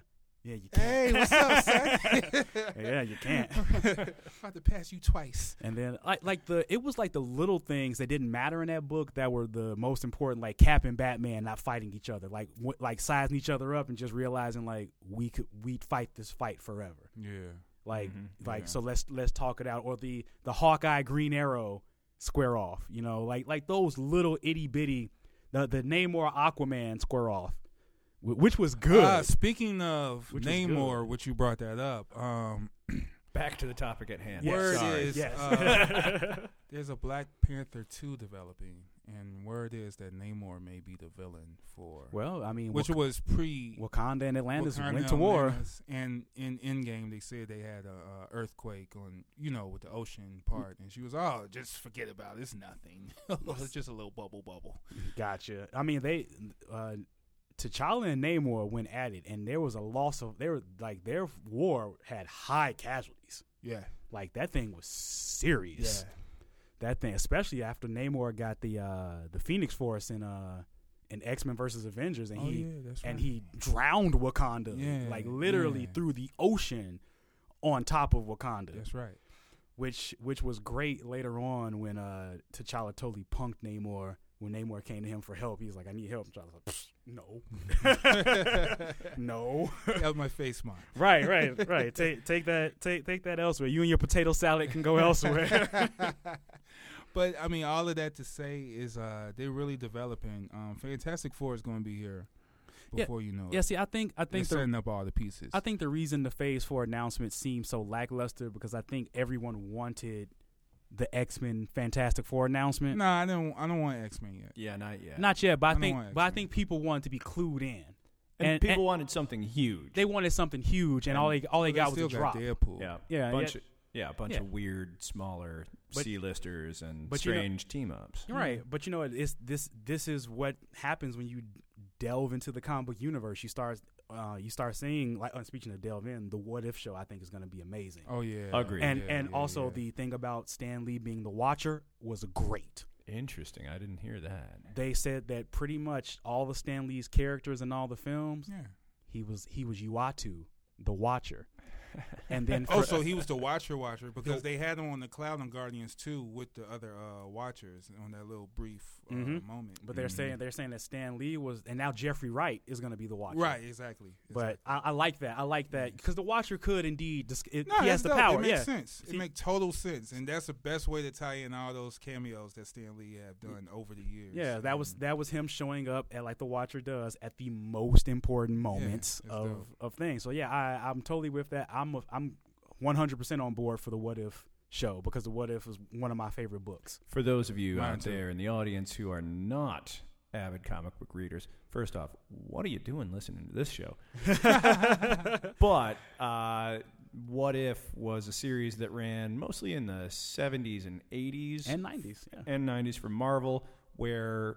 S3: yeah, you can't.
S2: Hey, what's up, son?
S3: yeah, you can't."
S2: About to pass you twice.
S3: And then like like the it was like the little things that didn't matter in that book that were the most important, like Cap and Batman not fighting each other, like w- like sizing each other up and just realizing like we could we'd fight this fight forever,
S2: Yeah.
S3: like
S4: Mhm.
S3: like
S2: Mm-hmm. Yeah.
S3: so let's let's talk it out. Or the the Hawkeye Green Arrow square off, you know, like like those little itty bitty the the Namor Aquaman square off, wh- which was good.
S2: Ah, speaking of
S3: Which is
S2: Namor, which you brought that up, um,
S4: back to the topic at hand.
S3: Yes.
S2: word
S4: Sorry.
S2: is
S3: Yes.
S2: uh, there's a Black Panther 2 developing, and word is that Namor may be the villain for.
S3: well, I mean,
S2: which
S3: Wak-
S2: was pre
S3: Wakanda and Atlantis
S2: Wakanda
S3: went to war.
S2: Atlantis, and in Endgame they said they had a, uh earthquake on you know with the ocean part, and she was oh just forget about it. it's nothing, it's just a little bubble bubble.
S3: Gotcha. I mean, they uh, T'Challa and Namor went at it, and there was a loss of there. Like their war had high casualties.
S2: Yeah,
S3: Like that thing was serious.
S2: yeah.
S3: That thing, especially after Namor got the uh, the Phoenix Force in uh, in X Men versus Avengers, and
S2: Oh,
S3: he
S2: yeah, that's
S3: and
S2: right.
S3: he drowned Wakanda,
S2: Yeah,
S3: like literally
S2: yeah.
S3: through the ocean on top of Wakanda,
S2: That's right.
S3: which which was great later on when uh, T'Challa totally punked Namor. When Namor came to him for help, he was like, "I need help." T'Challa was like, "Pfft, "No, no."
S2: Help my face, mine.
S3: right, right, right. Take take that take take that elsewhere. You and your potato salad can go elsewhere.
S2: but I mean, all of that to say is uh, they're really developing. Um, Fantastic Four is going to be here
S3: Yeah.
S2: before you know it.
S3: yeah, see, I think I
S2: they're
S3: think the
S2: setting up all the pieces.
S3: I think the reason the Phase Four announcement seemed so lackluster because I think everyone wanted the X Men Fantastic Four announcement.
S2: nah, I don't. I don't want X Men yet.
S4: Yeah, not yet.
S3: Not yet, but
S2: I
S3: I
S2: don't
S3: think
S2: want
S3: but I
S2: X-Men.
S3: think people wanted to be clued in.
S4: and,
S3: and-
S4: people
S3: and-
S4: wanted something huge.
S3: They wanted something huge, and, all they all they
S2: But
S3: got was
S2: still
S3: a drop.
S2: Deadpool.
S4: yeah,
S3: Yeah,
S4: bunch
S3: yeah.
S4: Of, yeah, a bunch
S3: Yeah.
S4: of weird smaller
S3: But-
S4: C-listers and
S3: but you know-
S4: strange team ups.
S3: You're right, but you know it- it's this this is what happens when you delve into the comic book universe. You start uh, you start seeing like uh, speaking of delve in the what if show. I think is going to be amazing.
S2: Oh yeah.
S4: Agreed.
S3: and
S2: Yeah,
S3: and
S2: yeah,
S3: also
S2: yeah.
S3: the thing about Stan Lee being the Watcher was great.
S4: Interesting. I didn't hear that.
S3: They said that pretty much all the Stan Lee's characters in all the films,
S2: Yeah.
S3: he was he was Uatu, the Watcher, and then for,
S2: Oh, so he was the Watcher Watcher because they had him on the cloud on Guardians too with the other uh, Watchers on that little brief uh,
S3: Mhm.
S2: moment.
S3: but they're saying they're saying that Stan Lee was, and now Jeffrey Wright is going to be the Watcher,
S2: right, exactly.
S3: But I, I like that. I like that because the Watcher could indeed. Dis- it,
S2: No,
S3: he
S2: Mm. that's
S3: has the
S2: dope.
S3: power.
S2: It makes
S3: yeah.
S2: sense.
S3: See-
S2: It makes total sense, and that's the best way to tie in all those cameos that Stan Lee have done over the years.
S3: Yeah, that was
S2: Um,
S3: that was him showing up at like the Watcher does at the most important moments
S2: that's
S3: of
S2: dope.
S3: of things. So yeah, I I'm totally with that. I'm a, I'm 100% on board for the What If show because the What If was one of my favorite books.
S4: For those of you
S2: Mine
S4: out
S2: too.
S4: there in the audience who are not avid comic book readers, first off, what are you doing listening to this show? but uh, What If was a series that ran mostly in the 70s and 80s
S3: And 90s, yeah.
S4: and 90s for Marvel, where,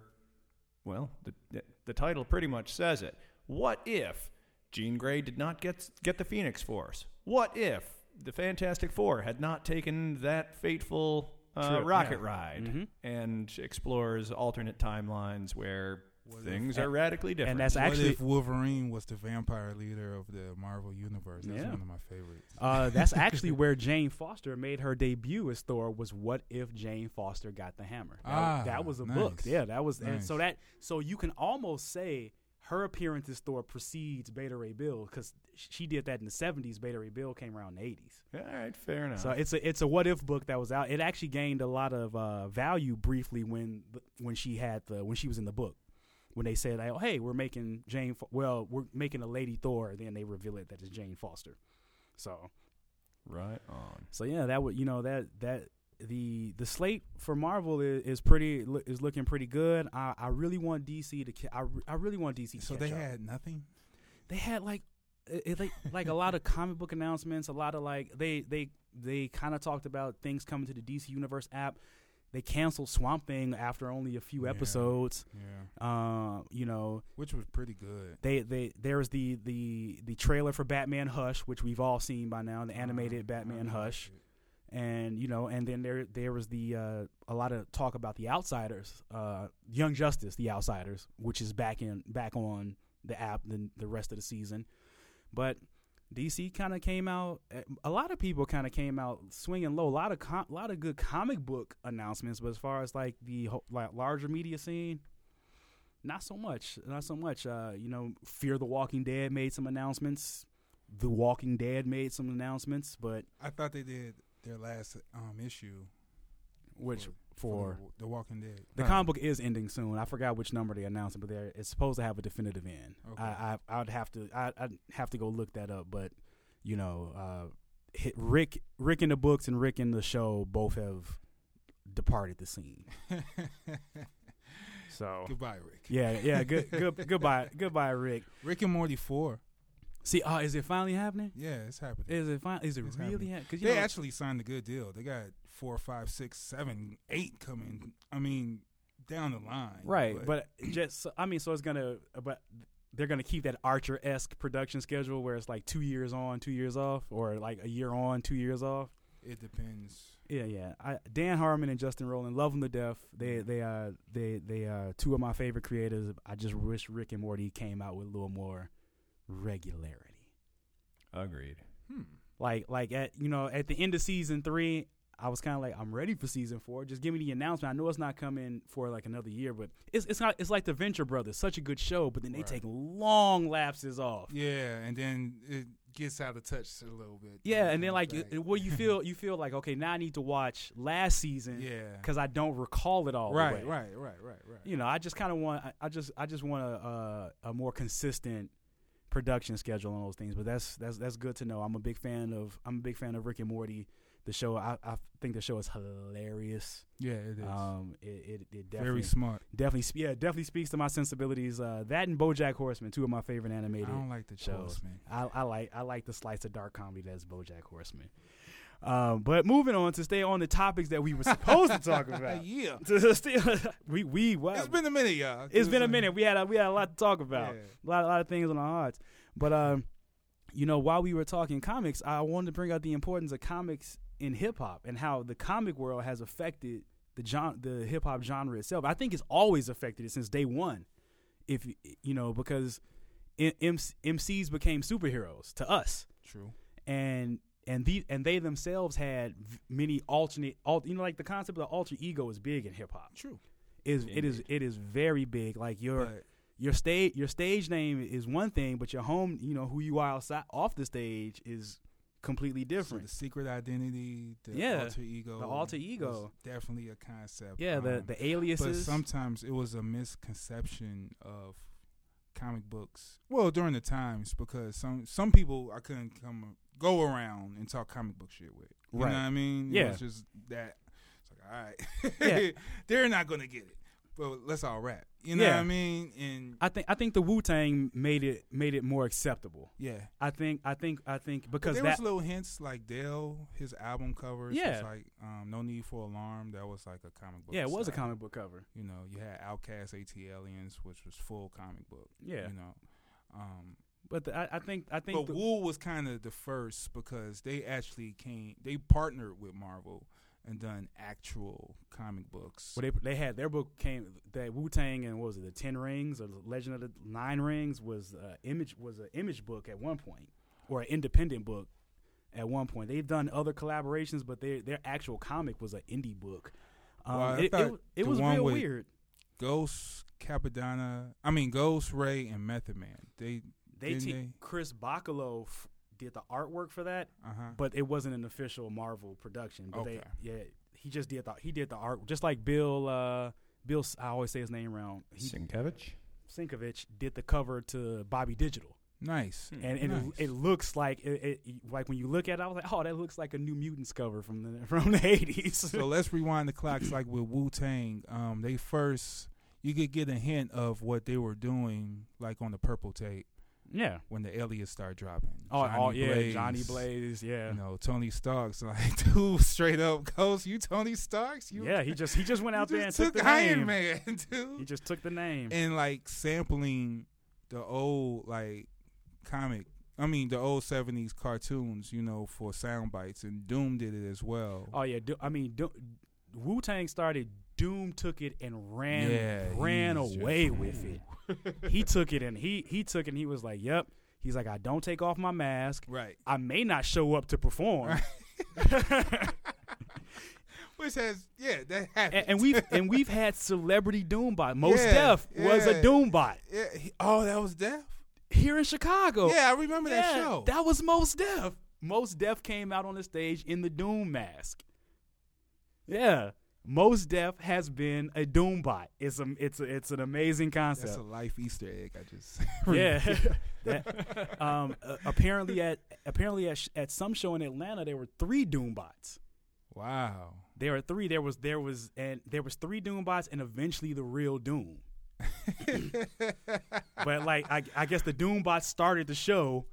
S4: well, the, the, the title pretty much says it. What if Jean Grey did not get, get the Phoenix Force? What if the Fantastic Four had not taken that fateful uh,
S3: Trip,
S4: rocket
S3: yeah.
S4: ride
S3: Mhm.
S4: and explores alternate timelines where
S2: What
S4: things are radically different?
S3: And that's
S2: what
S3: actually
S2: if Wolverine was the vampire leader of the Marvel universe? That's
S3: Yeah.
S2: one of my favorites.
S3: uh, that's actually where Jane Foster made her debut as Thor was What If Jane Foster Got the Hammer. That,
S2: Ah,
S3: that was a
S2: nice.
S3: book. Yeah, that was and so
S2: Nice.
S3: that so you can almost say her appearance as Thor precedes Beta Ray Bill cuz she did that in the 70s, Beta Ray Bill came around in the 80s.
S4: all right, fair enough.
S3: So it's a it's a what if book that was out. It actually gained a lot of uh, value briefly when th- when she had the when she was in the book. When they said, "Oh, hey, we're making Jane. Fo- well, we're making a Lady Thor," then they reveal it that it's Jane Foster. So
S4: right on.
S3: so yeah, that would you know that that the the slate for Marvel is, is pretty loo- is looking pretty good. I, I really want DC to ca- I, re- I really want DC. To
S2: So
S3: catch
S2: they
S3: up.
S2: had nothing.
S3: they had like it, it, like like a lot of comic book announcements, a lot of like they they they kind of talked about things coming to the DC Universe app. They canceled Swamp Thing after only a few
S2: Yeah.
S3: episodes.
S2: Yeah,
S3: Uh, you know,
S2: which was pretty good.
S3: they they there's the the the trailer for Batman Hush, which we've all seen by now, the animated
S2: Uh, I
S3: Batman
S2: liked
S3: Hush
S2: it.
S3: and you know, and then there there was the uh, a lot of talk about the Outsiders, uh, Young Justice, the Outsiders, which is back in back on the app the the rest of the season, but DC kind of came out. eh, A lot of people kind of came out swinging low. A lot of com- lot of good comic book announcements, but as far as like the ho- like larger media scene. Not so much. Not so much. Uh, you know, Fear the Walking Dead made some announcements. The Walking Dead made some announcements, but
S2: I thought they did their last um, issue
S3: which
S2: For-
S3: for
S2: the, The Walking Dead.
S3: The comic book is ending soon. I forgot which number they announced it, but they're, it's supposed to have a definitive end.
S2: Okay.
S3: I, I I'd have to I, I'd have to go look that up, but you know, uh, hit Rick Rick in the books and Rick in the show both have departed the scene. So
S2: Goodbye, Rick.
S3: yeah, yeah, good good goodbye goodbye Rick.
S2: Rick and Morty four.
S3: See, uh, is it finally happening?
S2: Yeah, it's happening.
S3: Is it fin- Is it
S2: It's
S3: really
S2: happening.
S3: happening? Because
S2: they actually signed a good deal. They got four, five, six, seven, eight coming. I mean, down the line.
S3: right, but, just so- I mean, so it's gonna but. They're gonna keep that Archer esque production schedule where it's like two years on, two years off, or like a year on, two years off.
S2: it depends.
S3: Yeah, yeah. I, Dan Harmon and Justin Rowland love them to death. They they uh they they uh two of my favorite creators. I just wish Rick and Morty came out with a little more regularity.
S4: Agreed.
S2: Hmm.
S3: Like like at you know at the end of season three, I was kind of like I'm ready for season four. Just give me the announcement. I know it's not coming for like another year, but it's it's not. It's like the Venture Brothers, such a good show, but then they
S2: Right.
S3: take long lapses off.
S2: Yeah, and then it gets out of touch a little bit.
S3: Yeah,
S2: it
S3: and then
S2: comes
S3: like
S2: back.
S3: it- well, you feel you feel like okay, now I need to watch last season
S2: yeah.
S3: because I don't recall it all. the
S2: Right,
S3: way.
S2: right, right, right, right.
S3: you know, I just kind of want, I, I just, I just want a, uh, a more consistent production schedule on those things. But that's that's that's good to know. I'm a big fan of, I'm a big fan of Rick and Morty. The show, I, I think the show is hilarious.
S2: Yeah, it is.
S3: Um, it, it, it definitely,
S2: Very smart.
S3: definitely, sp- yeah, definitely speaks to my sensibilities. Uh, that and BoJack Horseman, two of my favorite
S2: I
S3: animated.
S2: don't like the
S3: shows.
S2: shows, man.
S3: I, I like, I like the slice of dark comedy that's BoJack Horseman. Um, but moving on to stay on the topics that we were supposed to talk about.
S2: yeah.
S3: we we wow,
S2: It's been a minute, y'all.
S3: it's been a minute. We had a, we had a lot to talk about.
S2: Yeah.
S3: A lot a lot of things on our hearts. But um, you know, while we were talking comics, I wanted to bring out the importance of comics in hip hop and how the comic world has affected the gen- the hip hop genre itself. I think it's always affected it since day one. If you- you know, because M- M- MCs became superheroes to us
S2: True.
S3: and and the and they themselves had v- many alternate alt, you know like the concept of the alter ego is big in hip hop.
S2: True.
S3: Is it is it is very big like your
S2: But
S3: your stage your stage name is one thing but your home, you know who you are outside off the stage is completely
S2: so the
S3: different.
S2: secret identity, the
S3: Yeah,
S2: alter ego,
S3: the alter
S2: was
S3: ego.
S2: definitely a concept.
S3: yeah, the
S2: Um,
S3: the
S2: but
S3: aliases.
S2: sometimes it was a misconception of comic books. Well, during the times, because some some people I couldn't come go around and talk comic book shit with. You
S3: Right.
S2: know what I mean?
S3: Yeah.
S2: It was just that. It's like, all right,
S3: Yeah.
S2: they're not gonna get it. But let's all rap. You know
S3: Yeah.
S2: what I mean? And
S3: I think I think the Wu Tang made it made it more acceptable.
S2: yeah,
S3: I think I think I think
S2: But
S3: because
S2: there
S3: that
S2: was little hints like Dale, his album covers. was
S3: Yeah.
S2: like um, no need for alarm. That was like a comic book.
S3: yeah, it was a
S2: style.
S3: comic book cover.
S2: You know, you had Outcast, AT Aliens, which was full comic book.
S3: Yeah,
S2: You know, um,
S3: but the, I, I think I think
S2: but
S3: the,
S2: Wool was kind of the first because they actually came. They partnered with Marvel and done actual comic books.
S3: Well, they they had their book came that Wu Tang and what was it the Ten Rings or the Legend of the Nine Rings was uh, image was an image book at one point or an independent book at one point. They've done other collaborations, but their their actual comic was an indie book. Um,
S2: Well, I
S3: it, it,
S2: thought
S3: it
S2: the
S3: was
S2: one
S3: real
S2: with-
S3: weird.
S2: Ghost Capadonna, I mean Ghost Ray and Method Man. They
S3: They,
S2: didn't
S3: te-
S2: they?
S3: Chris Bacalo f- did the artwork for that,
S2: uh huh.
S3: but it wasn't an official Marvel production. But
S2: Okay.
S3: they yeah he just did the he did the art just like Bill uh, Bill S- I always say his name wrong. He
S4: Sienkiewicz?
S3: Sinkovich did the cover to Bobby Digital,
S2: Nice.
S3: and, and
S2: Hmm. Nice.
S3: it, it looks like it, it, like when you look at it, I was like, oh, that looks like a New Mutants cover from the from the eighties.
S2: so let's rewind the clocks like with Wu Tang. Um, they first you could get a hint of what they were doing like on the purple tape
S3: yeah.
S2: when the aliens start dropping.
S3: Oh,
S2: Johnny
S3: oh, yeah,
S2: Blaze,
S3: Johnny Blaze. Yeah,
S2: You know, Tony Stark's like, dude, straight up goes, You Tony Starks? You
S3: yeah. He just he just went
S2: you
S3: out there and
S2: just
S3: took,
S2: took
S3: the
S2: Iron
S3: name.
S2: Man, dude.
S3: He just took the name.
S2: and like sampling the old like comic I mean the old seventies cartoons, you know, for sound bites and Doom did it as well.
S3: oh yeah, do, I mean, do, Wu Tang started. Doom took it and ran
S2: Yeah,
S3: ran
S2: he's just-
S3: away with it. he took it and he he took it and he was like, "Yep." He's like, "I don't take off my mask.
S2: Right.
S3: I may not show up to perform."
S2: Which has yeah, that happened.
S3: and, and we've and we've had celebrity Doombot. Most
S2: Yeah,
S3: Def was a
S2: yeah.
S3: Doombot
S2: Yeah, he, oh, that was Death.
S3: here in Chicago.
S2: Yeah, I remember that
S3: Oh. Yeah,
S2: show.
S3: That was Most Def. Most Def came out on the stage in the Doom mask. Yeah, Most Def has been a Doombot. It's a it's a, it's an amazing
S2: That's
S3: concept.
S2: a life Easter egg. I just
S3: yeah. That- um, uh, apparently at apparently at, sh- at some show in Atlanta there were three Doombots.
S2: wow.
S3: There were three. There was there was and there was three Doombots and eventually the real Doom. but like I, I guess the Doombot started the show,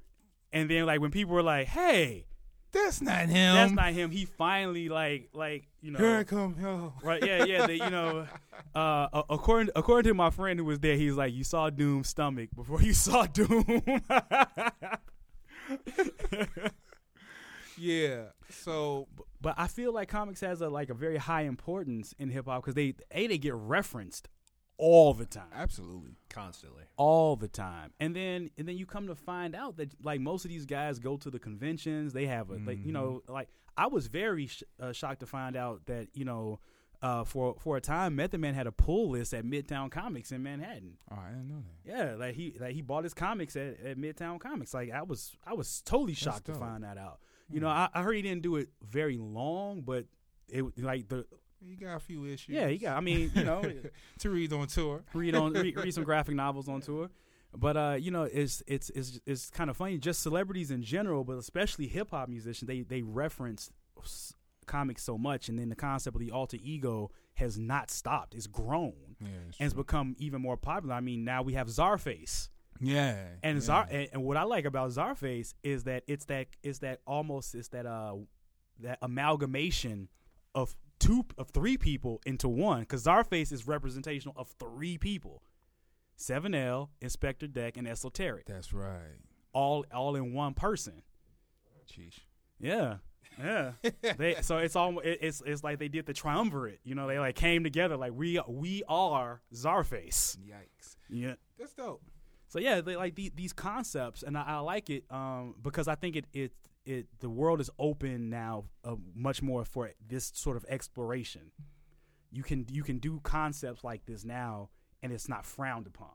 S3: and then like when people were like, "Hey,
S2: That's not him.
S3: that's not him," he finally like like you know.
S2: Here I come, yo.
S3: Right, yeah, yeah. They, you know, uh, a- according according to my friend who was there, he's like, you saw Doom's stomach before you saw Doom.
S2: Yeah. So
S3: But I feel like comics has a like a very high importance in hip hop because they a they get referenced all the time,
S2: Absolutely.
S4: constantly.
S3: all the time, and then and then you come to find out that like most of these guys go to the conventions. They have a like you know like I was very sh- uh, shocked to find out that you know. Uh, for for a time, Method Man had a pull list at Midtown Comics in Manhattan.
S2: Oh, I didn't know that.
S3: Yeah, like he like he bought his comics at, at Midtown Comics. Like I was I was totally shocked to
S2: dope.
S3: find that out. You know, I, I heard he didn't do it very long, but it like the
S2: You got a few issues.
S3: yeah he got. I mean, you know,
S2: to read on tour.
S3: read on read, read some graphic novels on tour. But uh, you know, it's it's it's it's kind of funny. Just celebrities in general, but especially hip hop musicians, they they reference s- comics so much, and then the concept of the alter ego has not stopped. It's grown
S2: Yeah.
S3: and it's become even more popular. I mean, now we have Zarface.
S2: yeah.
S3: And
S2: yeah.
S3: Zar and, and what I like about Zarface is that it's that it's that almost it's that uh that amalgamation of two of three people into one because Zarface is representational of three people. 7L, Inspector Deck, and Esoteric,
S2: That's right.
S3: all all in one person.
S2: Sheesh.
S3: Yeah, yeah. they, so it's all it, it's it's like they did the triumvirate. You know, they like came together like we we are Zarface.
S2: Yikes.
S3: Yeah.
S2: That's dope.
S3: So yeah, they, like the, these concepts, and I, I like it um, because I think it it it the world is open now uh, much more for this sort of exploration. You can you can do concepts like this now, and it's not frowned upon.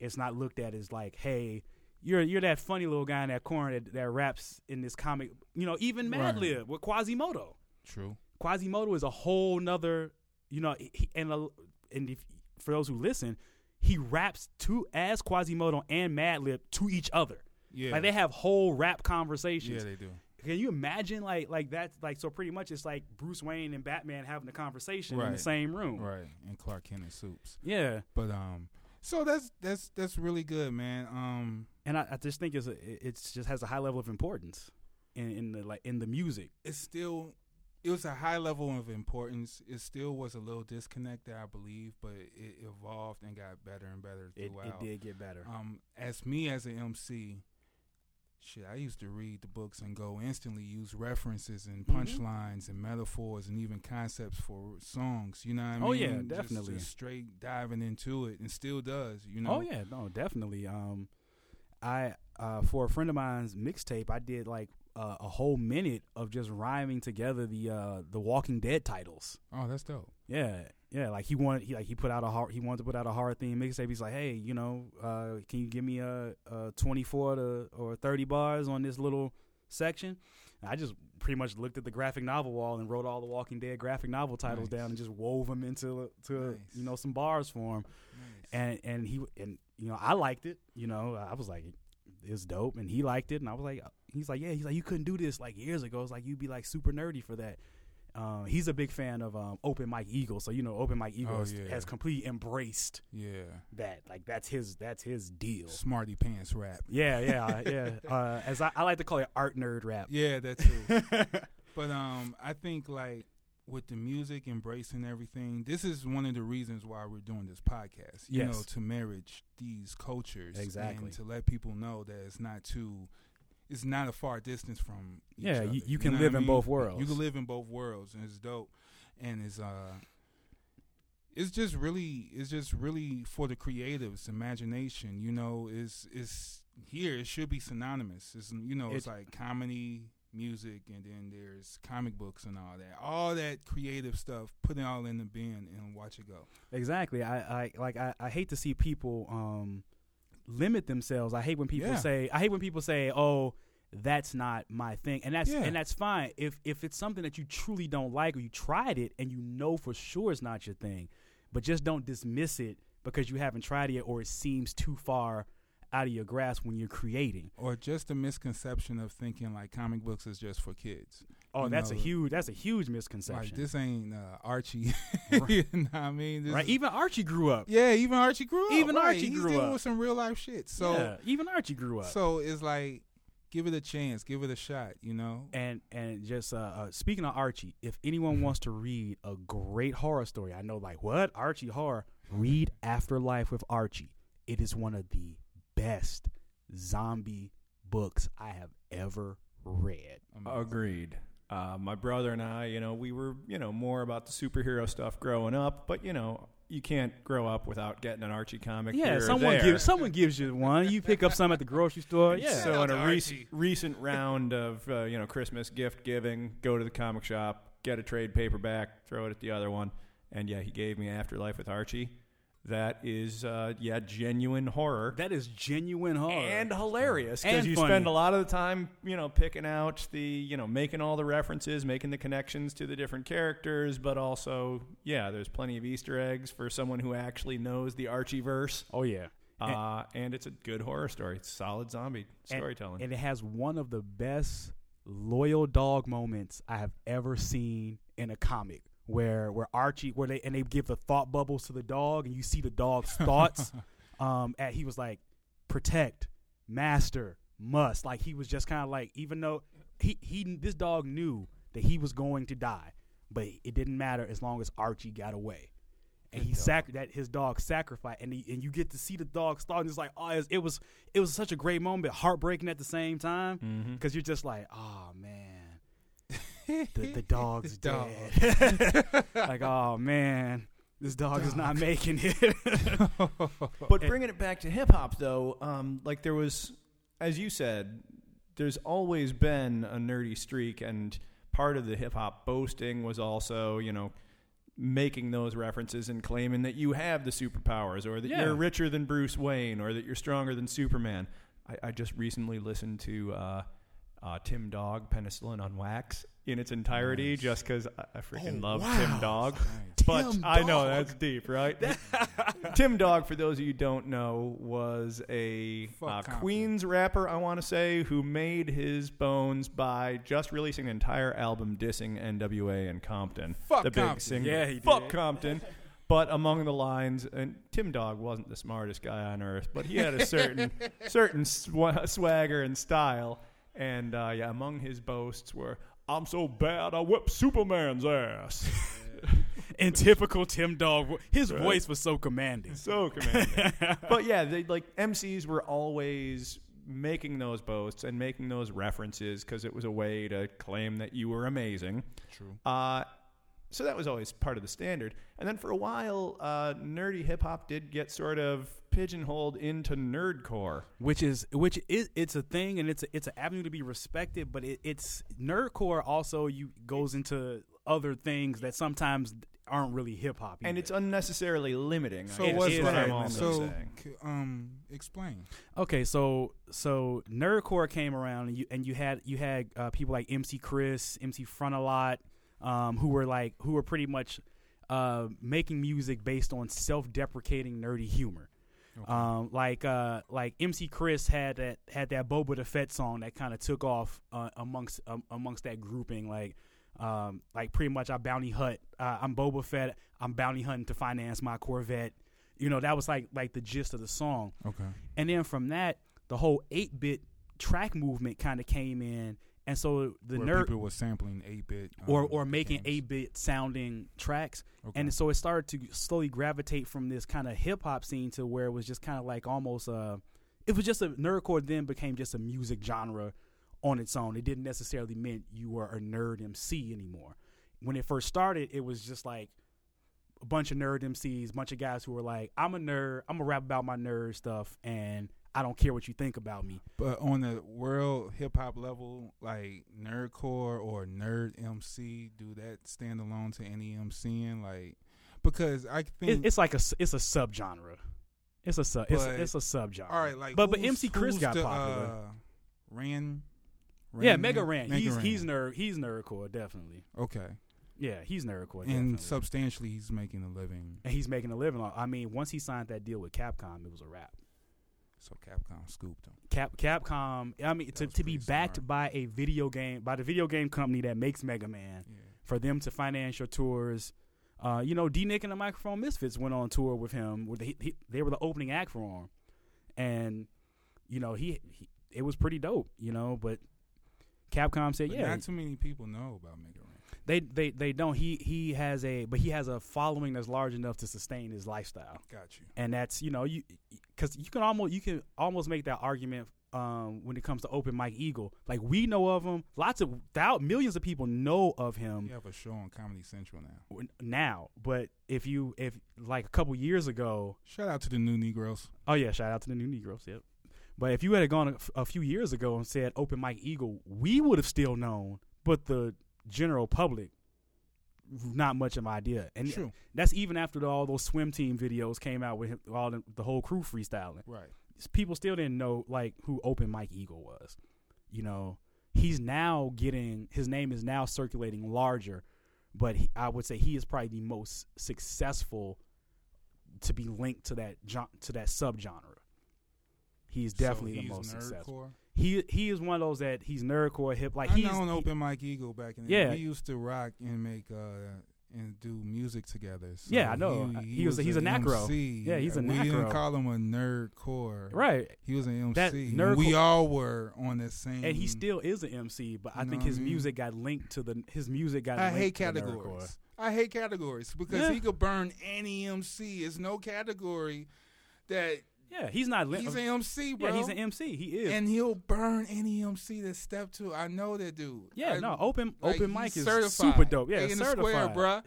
S3: It's not looked at as like, hey, you're you're that funny little guy in that corner that, that raps in this comic. You know, even Mad
S2: Right.
S3: Lib with Quasimodo.
S2: True.
S3: Quasimodo is a whole nother, you know, he, and a, and if, for those who listen, he raps to as Quasimodo and Madlib to each other.
S2: Yeah.
S3: Like they have whole rap
S2: yeah,
S3: conversations.
S2: they do.
S3: Can you imagine like like that like so pretty much it's like Bruce Wayne and Batman having a conversation in the
S2: Right.
S3: same room.
S2: Right. And Clark Kent and Soups.
S3: Yeah.
S2: But um, so that's that's that's really good, man. Um,
S3: And I, I just think it's a, it- it's just has a high level of importance in, in the like in the music.
S2: it's still it was a high level of importance. It still was a little disconnected, I believe, but it evolved and got better and better
S3: It,
S2: throughout.
S3: it did get better.
S2: Um, as me as an MC, shit, I used to read the books and go instantly use references and
S3: Mhm.
S2: punchlines and metaphors and even concepts for songs. You know what I mean?
S3: Oh, yeah,
S2: Just-
S3: definitely.
S2: just straight diving into it and still does. You know?
S3: Oh yeah, no, definitely. Um, I uh, for a friend of mine's mixtape, I did like uh, a whole minute of just rhyming together the uh, the Walking Dead titles.
S2: Oh, that's dope.
S3: Yeah, yeah. Like he wanted, he like he put out a hard, he wanted to put out a hard theme mixtape. He's like, hey, you know, uh, can you give me a, a twenty four to or thirty bars on this little section? And I just pretty much looked at the graphic novel wall and wrote all the Walking Dead graphic novel titles
S2: Nice.
S3: down and just wove them into to
S2: Nice.
S3: you know some bars for him
S2: Nice.
S3: and and he and you know I liked it. You know I was like it's dope, and he liked it, and I was like he's like yeah he's like you couldn't do this like years ago. It's like you'd be like super nerdy for that. Um, he's a big fan of um, Open Mike Eagle, so you know Open Mike Eagle
S2: Oh,
S3: has,
S2: yeah.
S3: has completely embraced
S2: yeah,
S3: that. Like that's his that's his deal.
S2: smarty pants rap.
S3: Yeah, yeah, yeah. Uh, as I, I like to call it, art nerd rap.
S2: Yeah, that too. but um, I think like with the music embracing everything, this is one of the reasons why we're doing this podcast. You
S3: Yes.
S2: know, to marriage these cultures
S3: Exactly.
S2: and to let people know that it's not too, it's not a far distance from. Each
S3: Yeah,
S2: other.
S3: you- you can
S2: know
S3: live
S2: what I
S3: in
S2: mean?
S3: both worlds.
S2: You can live in both worlds, and it's dope, and it's uh. It's just really, it's just really for the creatives' imagination. You know, it's it's here. It should be synonymous. It's you know, it's
S3: It-
S2: like comedy, music, and then there's comic books and all that. All that creative stuff, put it all in the bin and watch it go.
S3: Exactly. I, I like I, I hate to see people um limit themselves. I hate when people
S2: Yeah.
S3: say I hate when people say, "Oh, that's not my thing." And that's
S2: Yeah.
S3: and that's fine. If if it's something that you truly don't like or you tried it and you know for sure it's not your thing, but just don't dismiss it because you haven't tried it yet or it seems too far out of your grasp when you're creating.
S2: Or just a misconception of thinking like comic books is just for kids.
S3: Oh,
S2: You
S3: that's a
S2: know,
S3: huge that's a huge misconception.
S2: Like this ain't uh, Archie. you know what I mean? This
S3: right?
S2: is-
S3: Even Archie grew up.
S2: yeah, even Archie grew up.
S3: Even
S2: right.
S3: Archie
S2: He's
S3: grew
S2: dealing
S3: up.
S2: with some real life shit. So
S3: yeah, even Archie grew up.
S2: so it's like give it a chance, give it a shot, you know?
S3: And and just uh, uh, speaking of Archie, if anyone wants to read a great horror story, I know like what Archie horror. Read Afterlife with Archie. It is one of the best zombie books I have ever read.
S2: I mean,
S4: Agreed. Uh, my brother and I, you know, we were, you know, more about the superhero stuff growing up, but you know, you can't grow up without getting an Archie comic. here
S3: Yeah,
S4: or
S3: someone
S4: there.
S3: gives someone gives you one. You pick up some at the grocery store. Yeah,
S4: So in a
S2: Archie.
S4: rec- recent round of uh, you know Christmas gift giving, go to the comic shop, get a trade paperback, throw it at the other one, and yeah, he gave me Afterlife with Archie. That is uh, yeah genuine horror
S3: that is genuine horror.
S4: and hilarious because
S3: And
S4: you
S3: funny.
S4: spend a lot of the time you know picking out the you know making all the references, making the connections to the different characters, but also yeah, there's plenty of Easter eggs for someone who actually knows the Archieverse.
S3: oh yeah,
S4: Uh, and it's a good horror story. It's solid zombie
S3: And-
S4: storytelling.
S3: and it has one of the best loyal dog moments I have ever seen in a comic. Where where Archie where they and they give the thought bubbles to the dog and you see the dog's thoughts. um, at he was like protect, master, must. Like he was just kind of like even though he he this dog knew that he was going to die, but it didn't matter as long as Archie got away. And he sac- that his dog sacrificed, and he, and you get to see the dog's thought, and it's like, oh, it was it was, it was such a great moment, heartbreaking at the same time,
S4: Mm-hmm.
S3: because you're just like, oh man, the, the dog's
S2: Dog.
S3: dead, like oh man, this dog is not making it.
S4: But bringing it back to hip hop, though, um, like there was, as you said, there's always been a nerdy streak, and part of the hip hop boasting was also, you know, making those references and claiming that you have the superpowers, or that
S3: Yeah.
S4: you're richer than Bruce Wayne, or that you're stronger than Superman. I, I just recently listened to. Uh, uh, Tim Dog, Penicillin on Wax in its entirety, just 'cause just because I, I freaking love Tim Dog. But I know that's deep, right? Tim Dog, for those of you who don't know, was a
S2: Fuck
S4: uh,
S2: Compton.
S4: Queens rapper, I want to say, who made his bones by just releasing an entire album dissing NWA and Compton.
S2: Fuck
S4: the big
S2: Compton.
S4: singer.
S3: Yeah, he
S4: Fuck
S3: did.
S4: Compton. But among the lines, and Tim Dog wasn't the smartest guy on earth, but he had a certain certain swa- swagger and style. And uh, yeah, among his boasts were, "I'm so bad, I whip Superman's ass."
S3: In typical Tim Dog, vo- his voice was so commanding.
S4: so commanding. but yeah, they like MCs were always making those boasts and making those references because it was a way to claim that you were amazing.
S2: True.
S4: Uh, so that was always part of the standard. And then for a while, uh, nerdy hip hop did get sort of pigeonholed into nerdcore.
S3: which is which is it's a thing and it's a, it's an avenue to be respected but it, it's nerdcore also you goes into other things that sometimes aren't really hip-hop
S4: And
S3: either.
S4: it's unnecessarily limiting.
S2: So
S4: I guess,
S2: what's
S4: is
S3: is
S2: that?
S4: what I'm also
S2: so
S4: saying.
S2: c- um, explain.
S3: okay so so nerdcore came around and you and you had you had uh, people like mc chris mc frontalot um, who were like who were pretty much uh, making music based on self-deprecating nerdy humor Um, like uh, like MC Chris had that had that Boba the Fett song that kind of took off uh, amongst um, amongst that grouping. Like um, like pretty much I bounty hunt. Uh, I'm Boba Fett. I'm bounty hunting to finance my Corvette. You know that was like like the gist of the song.
S2: Okay.
S3: And then from that, the whole eight bit track movement kind of came in, and so the
S2: Where
S3: nerd
S2: people um, were sampling eight bit
S3: or or making
S2: games.
S3: eight bit sounding tracks.
S2: Okay.
S3: And so it started to slowly gravitate from this kind of hip hop scene to where it was just kind of like almost a, it was just a nerdcore then became just a music genre on its own. It didn't necessarily mean you were a nerd MC anymore. When it first started, it was just like a bunch of nerd MCs, bunch of guys who were like, I'm a nerd, I'm gonna rap about my nerd stuff, and I don't care what you think about me.
S2: But on the world hip hop level, like nerdcore or nerd MC, do that stand alone to any MCing? Like, because I
S3: It,
S2: think
S3: it's like a s- it's a subgenre. It's a sub it's,
S2: But-
S3: a- it's a subgenre.
S2: all right, like,
S3: but but
S2: who's-
S3: MC Chris
S2: who's
S3: got
S2: the,
S3: popular.
S2: Uh, Ran,
S3: yeah, Mega Ran.
S2: Mega
S3: he's
S2: Ran.
S3: he's nerd he's nerdcore definitely.
S2: okay,
S3: Yeah, he's nerdcore definitely.
S2: and
S3: And,
S2: substantially he's making a living.
S3: he's making a living. off- I mean, once he signed that deal with Capcom, it was a wrap.
S2: So Capcom scooped him.
S3: Cap Capcom. I mean, to,
S2: was
S3: to be
S2: pretty
S3: backed
S2: smart.
S3: by a video game by the video game company that makes Mega Man
S2: Yeah,
S3: for them to finance your tours. Uh, you know, D Nick and the Microphone Misfits went on tour with him. With he, he, they were the opening act for him, and you know he, he it was pretty dope. You know, but Capcom said,
S2: but
S3: "Yeah,
S2: not too many people know about Mega Ran.
S3: They they they don't. He he has a but he has a following that's large enough to sustain his lifestyle,
S2: Got you.
S3: and that's you know you because you can almost you can almost make that argument um, when it comes to open Mike Eagle. Like we know of him. Lots of thou- millions of people know of him
S2: You have a show on Comedy Central now.
S3: w- now. But if you if like a couple years ago,
S2: Shout out to the new Negroes.
S3: oh yeah, shout out to the New Negroes. Yep. But if you had gone a, f- a few years ago and said open Mike Eagle, we would have still known. But the general public, not much of an idea. And
S2: True.
S3: that's even after the, all those swim team videos came out with him, all the, the whole crew freestyling
S2: Right.
S3: people still didn't know like who open Mike Eagle was. You know, he's now getting his name is now circulating larger, but he, I would say he is probably the most successful to be linked to that gen- to that subgenre. He's definitely
S2: So
S3: the most
S2: nerdcore.
S3: successful. He he is one of those that he's nerdcore hip like
S2: I
S3: he's
S2: know an open Mike Eagle back in the
S3: Yeah.
S2: day. We used to rock and make uh and do music together. So
S3: Yeah, I know. Uh, He was- he's
S2: an
S3: a Nacro.
S2: MC.
S3: Yeah, he's a
S2: We didn't
S3: Nacro.
S2: call him a nerd core.
S3: right.
S2: He was an MC.
S3: That
S2: And
S3: nerd
S2: we
S3: core-
S2: all were on the same.
S3: And he still is an MC, but
S2: Mm-hmm.
S3: I
S2: You know
S3: think
S2: what I
S3: his
S2: mean?
S3: music got linked to the his music got.
S2: I
S3: linked
S2: hate
S3: to the nerdcore.
S2: categories. I hate categories because
S3: Yeah.
S2: he could burn any MC. It's no category that
S3: Yeah, he's not linked.
S2: he's an MC, bro.
S3: yeah, he's an MC. He is.
S2: and he'll burn any MC that step to. I know that dude.
S3: Yeah,
S2: I-
S3: no, open
S2: like,
S3: open
S2: he's
S3: mic is
S2: certified.
S3: super dope. Yeah,
S2: They in the
S3: certified,
S2: square, bruh.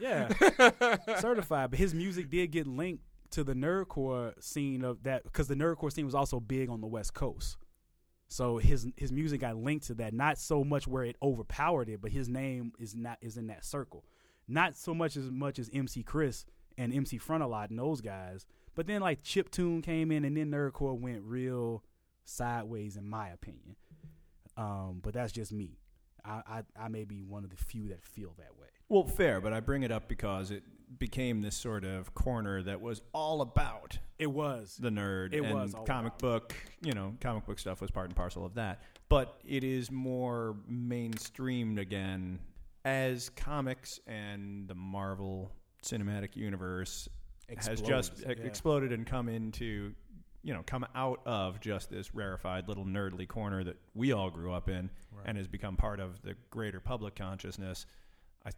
S3: Yeah, certified. But his music did get linked to the nerdcore scene of that because the nerdcore scene was also big on the West Coast. So his his music got linked to that, not so much where it overpowered it, but his name is not is in that circle. Not so much as much as MC Chris and MC Frontalot and those guys. But then like Chip Tune came in and then Nerdcore went real sideways in my opinion. Um, but that's just me. I, I I may be one of the few that feel that way.
S4: Well, fair, but I bring it up because it became this sort of corner that was all about
S3: It was.
S4: the nerd
S3: It
S4: and
S3: was all
S4: comic
S3: about it.
S4: book. You know, comic book stuff was part and parcel of that, but it is more mainstreamed again as comics and the Marvel Cinematic Universe has just
S3: Explodes,
S4: e-
S3: yeah.
S4: exploded and come into you know come out of just this rarefied little nerdly corner that we all grew up in and has become part of the greater public consciousness i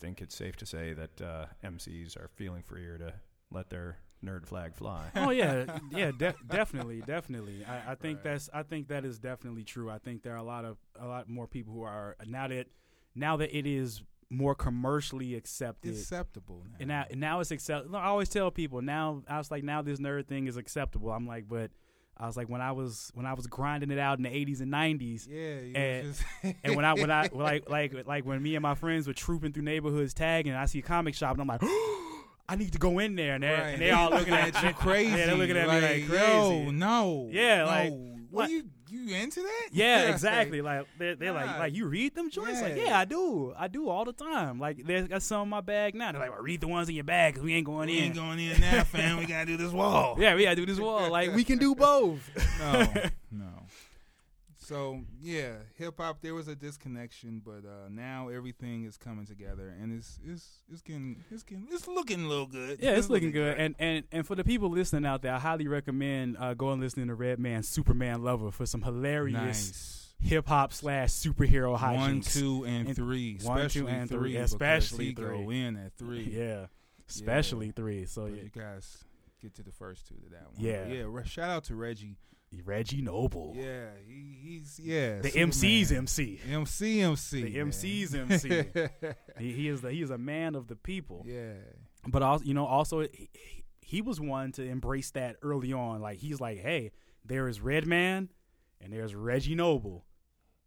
S4: think it's safe to say that uh, mcs are feeling freer to let their nerd flag fly
S3: oh yeah, yeah, de- definitely, definitely. I, I think that's I think that is definitely true. I think there are a lot of a lot more people who are now that now that it is more commercially accepted.
S2: It's acceptable now.
S3: and now, and now it's acceptable. I always tell people now. I was like, now this nerd thing is acceptable. I'm like, but I was like, when I was when I was grinding it out in the 80s and 90s,
S2: yeah, you
S3: and-
S2: just-
S3: and when I when I like like like when me and my friends were trooping through neighborhoods tagging, and I see a comic shop, and I'm like, I need to go in there, and they're,
S2: Right.
S3: and they all looking at
S2: you crazy.
S3: Yeah, they're looking at me like crazy.
S2: Yo, no.
S3: Yeah,
S2: no.
S3: like,
S2: what
S3: what-
S2: you you into that?
S3: Yeah, exactly. Like they're, they're like
S2: Nah.
S3: like you read them joints. Like
S2: Yeah.
S3: yeah, I do, I do all the time. Like there's got some in my bag now. They're like, well, read the ones in your bag 'cause we ain't going
S2: We
S3: in.
S2: ain't going in now, fam. We gotta do this wall.
S3: yeah, we gotta do this wall. Like we can do both.
S2: No, no. So yeah, hip hop. There was a disconnection, but uh, now everything is coming together, and it's it's it's getting it's getting it's looking a little good.
S3: Yeah, it's looking good.
S2: great.
S3: And and and for the people listening out there, I highly recommend uh, going listening to Red Man Superman Lover for some hilarious
S2: nice.
S3: hip hop slash superhero hijinks.
S2: One, two, and,
S3: And-
S2: three.
S3: one, two,
S2: especially
S3: and three.
S2: three.
S3: Yeah,
S2: because
S3: especially
S2: he Go
S3: three.
S2: in at three.
S3: yeah, especially three. So
S2: But
S3: yeah,
S2: you guys get to the first two to that one.
S3: Yeah.
S2: yeah. Re- shout out to Reggie.
S3: Reggie Noble,
S2: Yeah, he, he's yeah.
S3: the
S2: Superman.
S3: MC's MC.
S2: MC MC.
S3: The
S2: man.
S3: MC's MC. he, he is the, he is a man of the people.
S2: yeah.
S3: but also you know also he, he- he was one to embrace that early on like he's like hey there is red man and there's reggie noble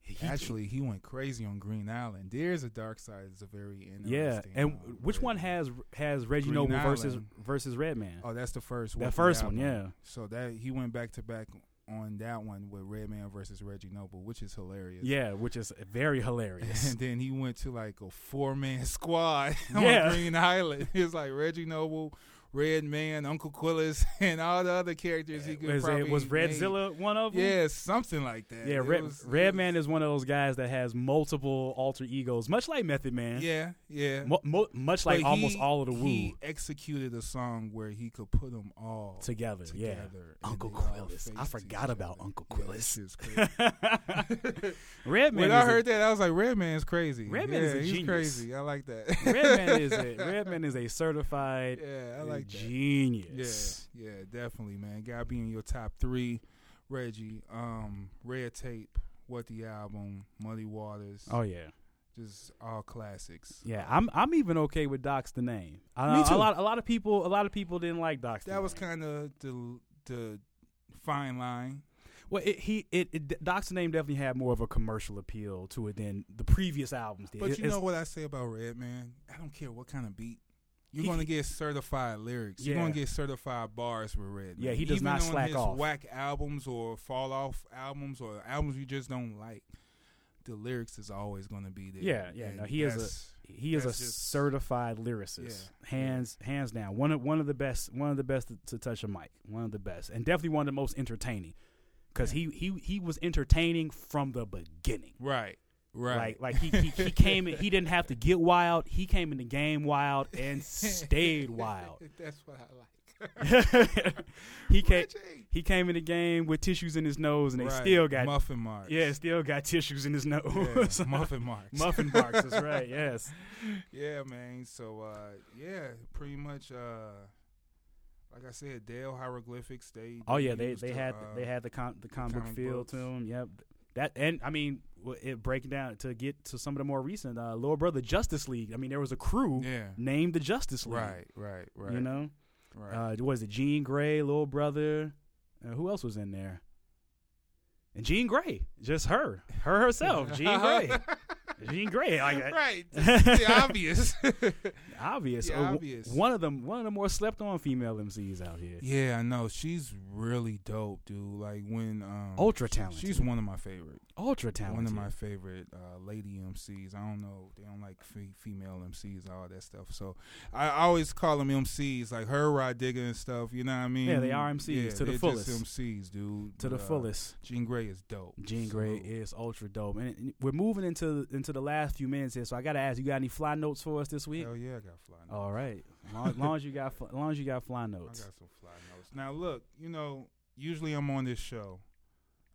S3: He- he-
S2: Actually, he went crazy on Green Island. There's a dark side. It's a very interesting.
S3: yeah and
S2: um,
S3: which one
S2: really-
S3: has has reggie
S2: Green
S3: noble versus
S2: Island.
S3: versus red man
S2: Oh, that's the first.
S3: that
S2: Wiki
S3: first one
S2: album.
S3: yeah
S2: So that he went back to back on that one with Redman versus Reggie Noble, which is hilarious.
S3: yeah which is very hilarious
S2: And then he went to like a four man squad on
S3: Yeah.
S2: Green Island. It's like Reggie Noble, Red Man, Uncle Quillis, and all the other characters he could
S3: Eh, was,
S2: probably
S3: it, was
S2: name.
S3: redzilla one of them
S2: Yeah, something like that.
S3: yeah
S2: It
S3: red,
S2: was-
S3: red man is one of those guys that has multiple alter egos much like method man
S2: Yeah, yeah.
S3: Mu- mu- much like
S2: But
S3: almost
S2: he-
S3: all of the
S2: He
S3: woo
S2: executed a song where he could put them all
S3: together, yeah
S2: together and
S3: Uncle
S2: they all
S3: Quillis. I
S2: faced
S3: forgot
S2: each
S3: about
S2: other.
S3: Uncle
S2: Yeah,
S3: Quillis.
S2: this is crazy.
S3: Red Man.
S2: when I
S3: is a-
S2: heard that, I was like, "Red Man's crazy.
S3: Red Man is
S2: Yeah,
S3: a
S2: he's
S3: genius.
S2: crazy. I like that.
S3: Red Man is a Red Man is a certified
S2: yeah, I like that.
S3: genius.
S2: Yeah, yeah, definitely, man. Gotta be in your top three. Reggie, um, Red Tape, What the Album, Muddy Waters,
S3: Oh yeah,
S2: just all classics.
S3: yeah. I'm I'm even okay with Doc's the name. I,
S2: Me
S3: A
S2: too.
S3: lot a lot of people a lot of people didn't like Doc's. the
S2: That was
S3: Name.
S2: kind of the the fine line.
S3: Well, it, he it, it Doc's name definitely had more of a commercial appeal to it than the previous albums did.
S2: But
S3: It-
S2: you
S3: it's-
S2: know what I say about Red Man? I don't care what kind of beat. You're
S3: He-
S2: gonna get certified lyrics. You're gonna
S3: Yeah.
S2: get certified bars with Red.
S3: Yeah,
S2: Man.
S3: he does
S2: Even
S3: not
S2: on
S3: slack
S2: his
S3: off.
S2: Whack albums or fall off albums or albums you just don't like. The lyrics is always gonna be there.
S3: Yeah, yeah,
S2: And
S3: no, he is a-
S2: that's-
S3: he is a
S2: That's just-
S3: certified lyricist,
S2: Yeah,
S3: hands hands down. One of one of the best, one of the best to, to touch a mic, one of the best, and definitely one of the most entertaining because he he he was entertaining from the beginning.
S2: right, right.
S3: Like like he, he he came in, he didn't have to get wild. He came in the game wild and stayed wild.
S2: that's what I like.
S3: he came
S2: Reggie!
S3: he came in the game with tissues in his nose, and they
S2: Right,
S3: still got
S2: muffin marks.
S3: yeah, still got tissues in his
S2: Yeah,
S3: nose.
S2: muffin marks.
S3: Muffin box is right. Yes.
S2: Yeah, man. So uh yeah, pretty much uh like I said, Dale hieroglyphics they
S3: Oh yeah, they
S2: used
S3: they
S2: the,
S3: had
S2: uh,
S3: they had the com- the comic book
S2: comic
S3: feel
S2: books.
S3: to them. Yep. That and I mean w- it breaking down to get to some of the more recent uh, Little Brother Justice League. I mean there was a crew
S2: uh, Yeah.
S3: named the Justice League.
S2: Right, right, right.
S3: You know,
S2: right.
S3: uh, was it Jean Grey, Little Brother? Uh, who else was in there? And Jean Grey, just her, her herself, Jean Grey, Jean Grey. Like, uh,
S2: right. The obvious.
S3: obvious.
S2: The
S3: Uh, w-
S2: obvious.
S3: One of them, one of the more slept on female MCs out here.
S2: yeah, I know. She's really dope, dude. Like when um
S3: Ultra talented.
S2: She's one of my favorite,
S3: ultra talented.
S2: one of my favorite uh, lady MCs. I don't know, they don't like fe- female MCs, all that stuff. So I always call them MCs, like her Rod Digger and stuff. You know what I mean?
S3: Yeah, they are MCs
S2: Yeah,
S3: to the
S2: they're
S3: fullest.
S2: Just MCs, dude.
S3: to the
S2: But, uh,
S3: fullest.
S2: Jean Grey is dope.
S3: Jean Grey
S2: Salute.
S3: is ultra dope, and and we're moving into into the last few minutes here. So I gotta ask, you got any fly notes for us this week?
S2: Hell yeah, I got fly notes.
S3: All right, Oh, long, long as you got fl- long as you got fly
S2: I got
S3: notes.
S2: some fly notes. Now look, you know, usually I'm on this show.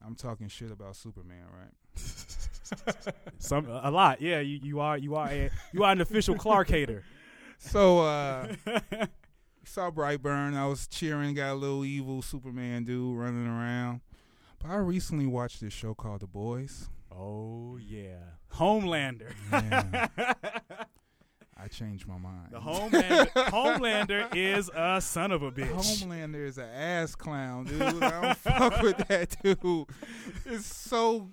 S2: I'm talking shit about Superman, right?
S3: Some a lot, yeah. You, you are you are a, you are an official Clark hater.
S2: So uh saw Brightburn. I was cheering, got a little evil Superman dude running around. But I recently watched this show called The Boys.
S3: oh yeah, Homelander,
S2: Man, I changed my mind.
S3: the Homelander, Homelander is a son of a bitch.
S2: Homelander is an ass clown, dude. I don't fuck with that dude. It's so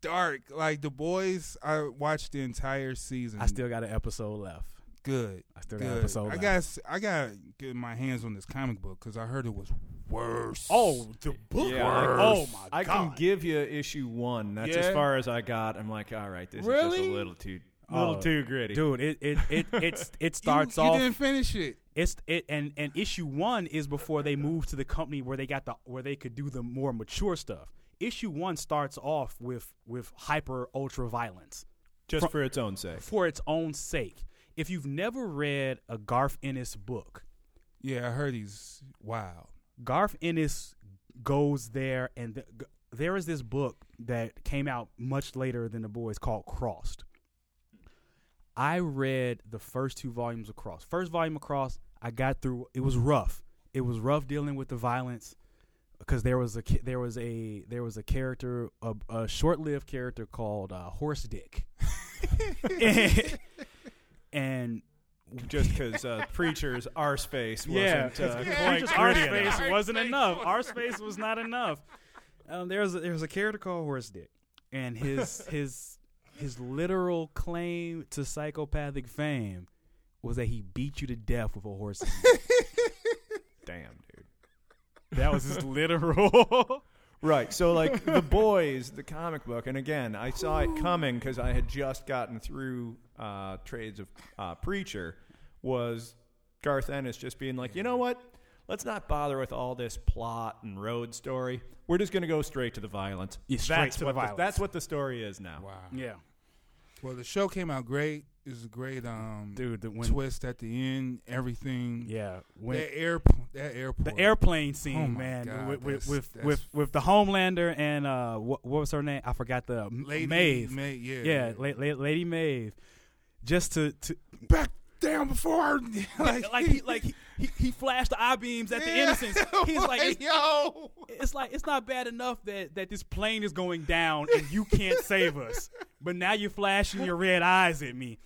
S2: dark. Like the boys, I watched the entire season.
S3: I still got an episode left.
S2: good.
S3: I still got an
S2: Good.
S3: episode.
S2: I
S3: left.
S2: got s- I got to get my hands on this comic book because I heard it was worse.
S3: oh the book.
S4: Yeah,
S3: work.
S4: like,
S3: oh my
S4: I
S3: god.
S4: can give you issue one. That's
S3: Yeah.
S4: as far as I got. I'm like, all right, this is just
S3: Really?
S4: a little too, little
S3: Oh,
S4: too gritty.
S3: dude it it it it's,
S2: You-
S3: it starts
S2: you,
S3: off
S2: didn't finish it.
S3: it's it and and issue one is before they moved to the company where they got the where they could do the more mature stuff issue one starts off with with hyper ultra violence
S4: just for its own sake.
S3: for its own sake if you've never read a garth ennis book
S2: Yeah, I heard he's wild.
S3: Garth Ennis goes there, and th- g- there is this book that came out much later than The Boys called Crossed. I read the first two volumes of Crossed. First volume of Crossed, I got through. It was rough. It was rough dealing with the violence because there was a ki- there was a there was a character a, a short lived character called uh, Horse Dick, and
S4: Just because uh, preachers, our space wasn't uh,
S3: yeah,
S4: quite
S3: just our
S4: gritty
S3: space
S4: enough.
S3: wasn't enough. Our space was not enough. Um, there was a, there was a character called Horse Dick, and his his his literal claim to psychopathic fame was that he beat you to death with a horse's neck.
S4: Damn, dude.
S3: that was his literal.
S4: Right. So, like, The Boys, the comic book, and again, I saw it coming because I had just gotten through uh, Trades of uh, Preacher, was Garth Ennis just being like, you know what? Let's not bother with all this plot and road story. We're just going to go straight to the violence.
S3: Yeah, straight
S4: that's
S3: to
S4: what
S3: the violence.
S4: that's what the story is now.
S2: Wow.
S3: yeah,
S2: Well, the show came out great. It was a great um
S3: dude. The, when,
S2: twist at the end. Everything.
S3: yeah, when
S2: That air. That airport.
S3: the airplane scene,
S2: Oh my
S3: man,
S2: God,
S3: with, with,
S2: that's-
S3: with,
S2: that's-
S3: with with the Homelander and uh, what, what was her name? I forgot the
S2: Lady
S3: Maeve.
S2: Maeve, yeah.
S3: yeah, La- La- Lady Maeve. Just to, to
S2: Back down before her. like,
S3: like he like he, he, he flashed the eye beams at the
S2: Yeah.
S3: innocents. He's like, it's,
S2: yo,
S3: it's like it's not bad enough that that this plane is going down and you can't save us, but now you're flashing your red eyes at me.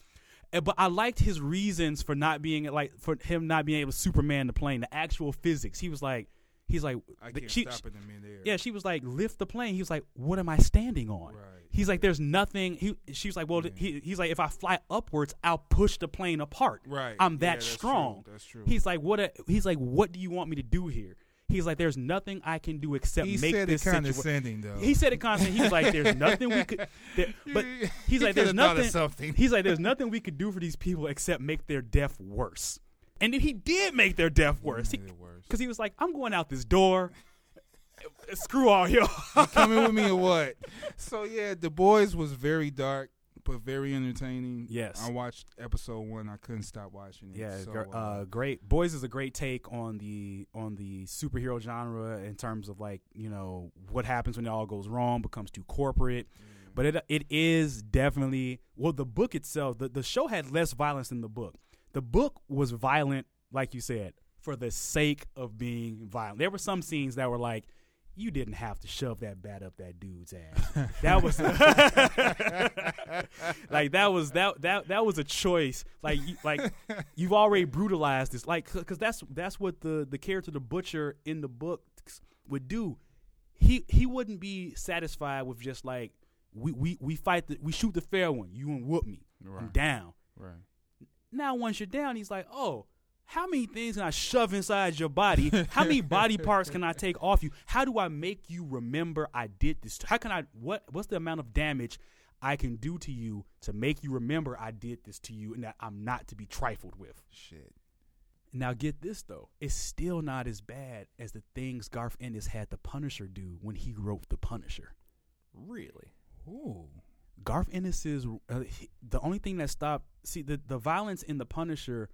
S3: Eh, But I liked his reasons for not being like for him not being able to Superman the plane. The actual physics. He was like, he's like,
S2: I
S3: the-
S2: can't
S3: she-
S2: stop it in midair.
S3: yeah, she was like, lift the plane. He was like, what am I standing on?
S2: Right.
S3: He's like, there's nothing. He, she was like, well, he, he's like, if I fly upwards, I'll push the plane apart.
S2: Right.
S3: I'm
S2: Yeah,
S3: that
S2: that's true.
S3: strong.
S2: That's true.
S3: He's like, what? A, he's like, what do you want me to do here? He's like, there's nothing I can do except
S2: he
S3: make
S2: said it
S3: this situation.
S2: condescending though.
S3: He said it constantly. He was like, "There's nothing we could." there- but
S2: He
S3: he's like, "There's
S2: coulda thought of
S3: nothing."
S2: something.
S3: He's like, "There's nothing we could do for these people except make their death worse." And then he did make their death worse.
S2: made it worse.
S3: Because he was like, "I'm going out this door. Screw all y'all."
S2: coming with me or what? So yeah, The Boys was very dark but very entertaining.
S3: Yes.
S2: I watched episode one. I couldn't stop watching it.
S3: Yeah,
S2: so,
S3: gr- uh, great. Boys is a great take on the on the superhero genre in terms of like you know what happens when it all goes wrong, becomes too corporate. But it it is definitely well the book itself. The the show had less violence than the book. The book was violent, like you said, for the sake of being violent. There were some scenes that were like. You didn't have to shove that bat up that dude's ass. That was like that was that that that was a choice. Like you, like you've already brutalized this. Like because that's that's what the the character the butcher in the book would do. He he wouldn't be satisfied with just like we we we fight the, we shoot the fair one. You and whoop me. I'm
S2: Right.
S3: down.
S2: right.
S3: Now once you're down, he's like, oh. How many things can I shove inside your body? How many body parts can I take off you? How do I make you remember I did this? How can I what what's the amount of damage I can do to you to make you remember I did this to you and that I'm not to be trifled with?
S2: Shit.
S3: Now get this though, it's still not as bad as the things Garth Ennis had the Punisher do when he wrote the Punisher.
S4: Really?
S2: Ooh.
S3: Garth Ennis's uh, he- the only thing that stopped see the the violence in the Punisher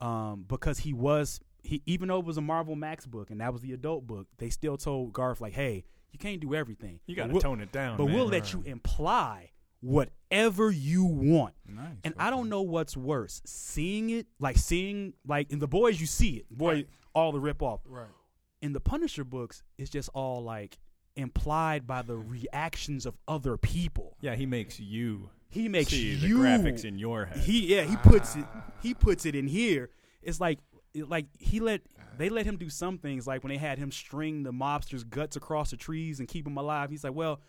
S3: um because he was he even though it was a Marvel Max book and that was the adult book, they still told Garth like, "Hey, you can't do everything.
S4: You
S3: But
S4: got to
S3: we'll-
S4: tone it down.
S3: But
S4: man.
S3: we'll let you imply whatever you want."
S2: Nice.
S3: And I don't
S2: okay.
S3: know what's worse, seeing it, like seeing, like in the boys, you see it, boy,
S2: Right.
S3: all the rip off.
S2: Right.
S3: In the Punisher books, it's just all like implied by the reactions of other people.
S4: Yeah, he makes you
S3: He makes
S4: see
S3: you-
S4: the graphics in your head.
S3: He yeah, he puts it he puts it in here. It's like it- like he let they let him do some things like when they had him string the mobster's guts across the trees and keep him alive. He's like, "Well,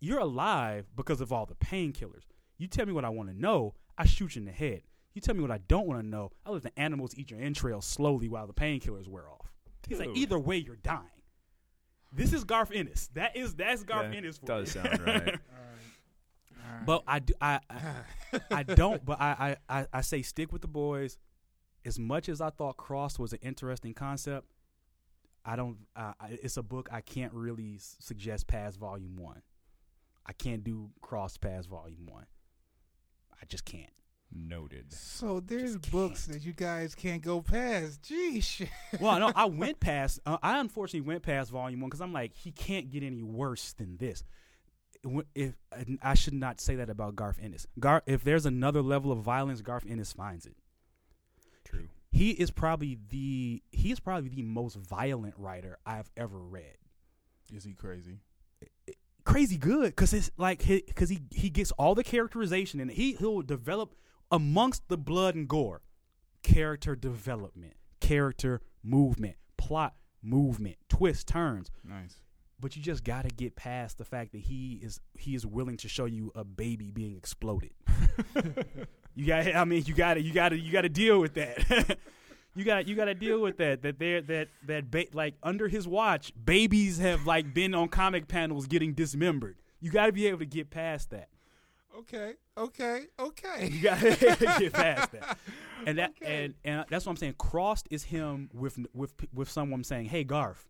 S3: you're alive because of all the painkillers. You tell me what I want to know, I shoot you in the head. You tell me what I don't want to know, I let the animals eat your entrails slowly while the painkillers wear off." He's like,
S4: Dude.
S3: "Either way, you're dying." This is Garth Ennis. That is that's Garth
S4: That
S3: Ennis. For
S4: does
S3: you.
S4: sound right.
S3: But I, do, I, I, I don't. But I, I, I, I say stick with the boys. As much as I thought Cross was an interesting concept, I don't. Uh, it's a book I can't really s- suggest past volume one. I can't do Cross past volume one. I just can't.
S4: Noted.
S2: So there's
S3: Just
S2: books
S3: can't.
S2: that you guys can't go past. Gee, shit.
S3: Well, no, I went past. Uh, I unfortunately went past volume one because I'm like, he can't get any worse than this. Wh- If and I should not say that about Garth Ennis. Gar, if there's another level of violence, Garth Ennis finds it.
S4: True.
S3: he is probably the he is probably the most violent writer I've ever read.
S2: Is he crazy?
S3: Crazy good because it's like because he, he gets all the characterization and he he'll develop amongst the blood and gore, character development, character movement, plot movement, twist turns.
S2: Nice.
S3: But you just gotta get past the fact that he is he is willing to show you a baby being exploded. You got. I mean, you got to You got to You got to deal with that. you got. You got to deal with that. That there. That that. Ba- like under his watch, babies have like been on comic panels getting dismembered. You got to be able to get past that.
S2: Okay. Okay. Okay.
S3: You got to get past that. And that. And and that's what I'm saying. Crossed is him with with with someone saying, "Hey, Garth,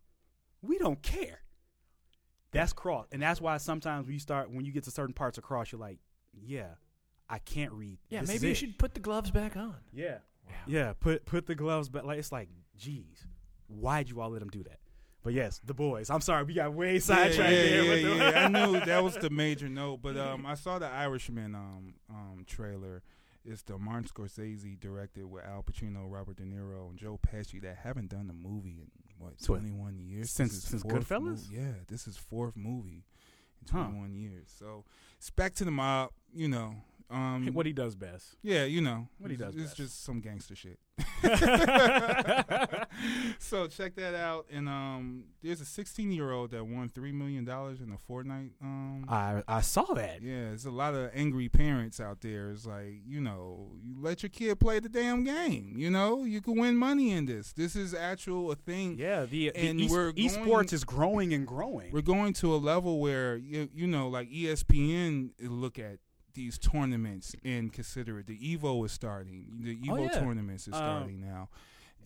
S3: we don't care." That's cross, and that's why sometimes when you start when you get to certain parts of cross, you're like, "Yeah, I can't read."
S4: Yeah,
S3: This is
S4: maybe you
S3: it."
S4: should put the gloves back on.
S3: Yeah. Yeah, put put the gloves back. Like it's like, geez, why'd you all let him do that? But yes, the boys. I'm sorry, we got way sidetracked there. with the-
S2: yeah. I knew that was the major note, but um, I saw the Irishman um um trailer, It's the Martin Scorsese directed with Al Pacino, Robert De Niro, and Joe Pesci that haven't done a movie in what
S3: So,
S2: twenty one years
S3: since-
S2: This is
S3: since
S2: fourth
S3: Goodfellas?
S2: mo- yeah, this is fourth movie in
S3: Huh.
S2: twenty one years. So it's back to the mob. You know, um,
S3: What he does best.
S2: yeah, you know
S3: what he
S2: It's-
S3: does
S2: It's
S3: best.
S2: just some gangster shit. so check that out. And um, there's a 16 year old that won three million dollars in a Fortnite. Um,
S3: I I saw that.
S2: yeah, there's a lot of angry parents out there. It's like you know, you let your kid play the damn game. You know, you can win money in this. This is actual a thing.
S3: Yeah, the, the
S2: And
S3: e-
S2: we're going-
S3: esports is growing and growing.
S2: We're going to a level where you you know, like E ESPN look at these tournaments and consider it. The Evo is starting. The Evo
S3: Oh, yeah.
S2: tournaments is
S3: Um,
S2: starting now,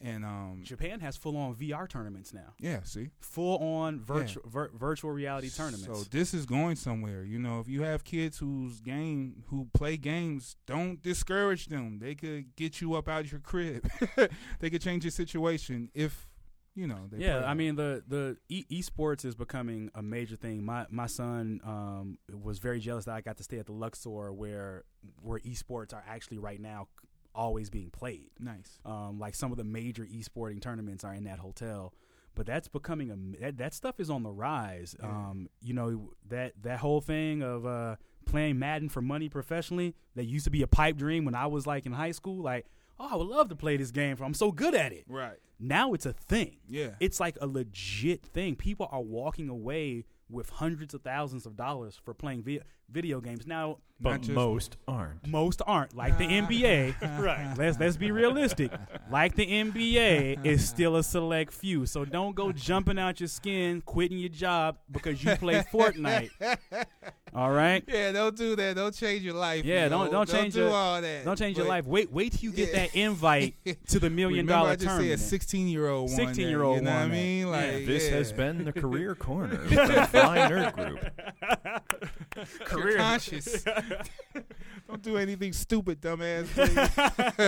S2: and um,
S3: Japan has full on VR tournaments now.
S2: yeah, see.
S3: Full on virtual vir- virtual reality tournaments.
S2: So this is going somewhere. You know, if you have kids whose game who play games, don't discourage them. They could get you up out of your crib. they could change your situation if you know. They
S3: yeah,
S2: play
S3: I
S2: it.
S3: mean the the e- esports is becoming a major thing. My my son um, was very jealous that I got to stay at the Luxor where where esports are actually right now always being played.
S2: nice.
S3: Um, like some of the major esporting tournaments are in that hotel, but that's becoming a that, that stuff is on the rise.
S2: Yeah.
S3: Um, you know that that whole thing of uh, playing Madden for money professionally that used to be a pipe dream when I was like in high school. Like, oh, I would love to play this game. I'm so good at it.
S2: Right.
S3: Now it's a thing
S2: Yeah.
S3: it's like a legit thing. People are walking away with hundreds of thousands of dollars for playing vi- video games. Now,
S2: Not
S4: But
S2: just-
S4: most aren't.
S3: most aren't like
S2: Ah.
S3: the NBA. right. Let's let's be realistic. Like the NBA is still a select few. So don't go jumping out your skin, quitting your job because you play Fortnite. All right?
S2: yeah, don't do that. Don't change your life.
S3: Yeah,
S2: yo.
S3: don't- don't change
S2: do
S3: your-
S2: all that.
S3: Don't change your
S2: But
S3: life. Wait wait till you get
S2: Yeah.
S3: that invite to the million
S2: remember I
S3: dollar
S2: just
S3: tournament.
S2: said sixteen year old one.
S3: 16-year-old
S2: You know what I
S3: one that-
S2: mean? Like
S3: yeah.
S4: This
S2: yeah.
S4: has been the Career Corner of the Fly Nerd Group.
S2: You're conscious. Don't do anything stupid, dumbass.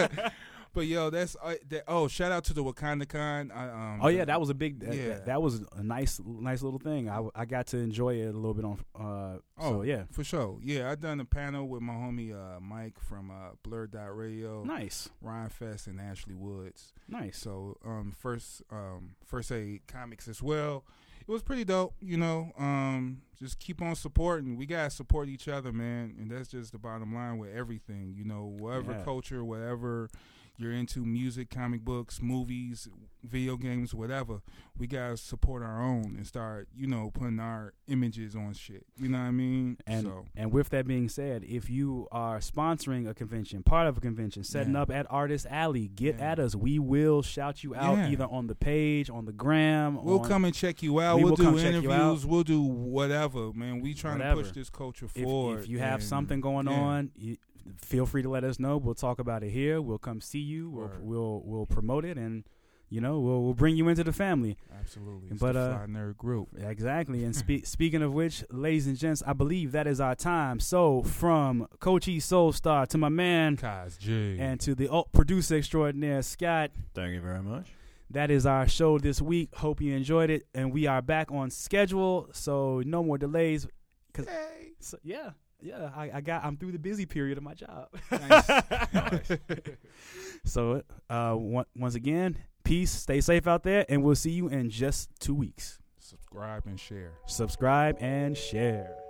S2: please. but yo, that's uh, that, oh, shout out to the Wakanda Con. I, um,
S3: Oh yeah, that was a big. That,
S2: Yeah.
S3: that, that was a nice, nice little thing. I, I got to enjoy it a little bit on. Uh,
S2: Oh
S3: so yeah,
S2: for sure. Yeah, I done a panel with my homie uh, Mike from uh, Blur Dot Radio,
S3: nice,
S2: Ryan Fest, and Ashley Woods.
S3: nice.
S2: So um, first um, first aid comics as well. It was pretty dope, you know. Um, just keep on supporting. We gotta support each other, man, and that's just the bottom line with everything, you know. Whatever
S3: Yeah.
S2: culture, whatever you're into, music, comic books, movies, video games, whatever. We gotta support our own and start, you know, putting our images on shit. You know what I mean?
S3: And
S2: so
S3: and with that being said, if you are sponsoring a convention, part of a convention, setting
S2: Yeah.
S3: up at Artist Alley, get
S2: Yeah.
S3: at us. We will shout you out
S2: Yeah.
S3: either on the page, on the gram.
S2: We'll
S3: on,
S2: come and check you out.
S3: We
S2: we'll
S3: will
S2: do
S3: come check you
S2: interviews. We'll do whatever, man. We trying
S3: Whatever.
S2: to push this culture
S3: If,
S2: forward.
S3: if you have
S2: and-
S3: something going
S2: yeah.
S3: on, you, feel free to let us know. We'll talk about it here. We'll come see you. We'll
S2: Word.
S3: we'll we'll promote it, and you know we'll we'll bring you into the family.
S2: Absolutely.
S3: But,
S2: but
S3: uh,
S2: fly nerd group.
S3: Exactly. And spe- speaking of which, ladies and gents, I believe that is our time. So from Coach E Soul Star to my man
S2: Kaz J.
S3: and to the oh, producer extraordinaire Scott,
S4: Thank you very much.
S3: that is our show this week. Hope you enjoyed it, and we are back on schedule. So no more delays. So, yeah. Yeah, I, I got. I'm through the busy period of my job.
S2: Nice.
S3: so, uh, on- once again, peace. Stay safe out there, and we'll see you in just two weeks.
S2: subscribe and share.
S3: Subscribe and share.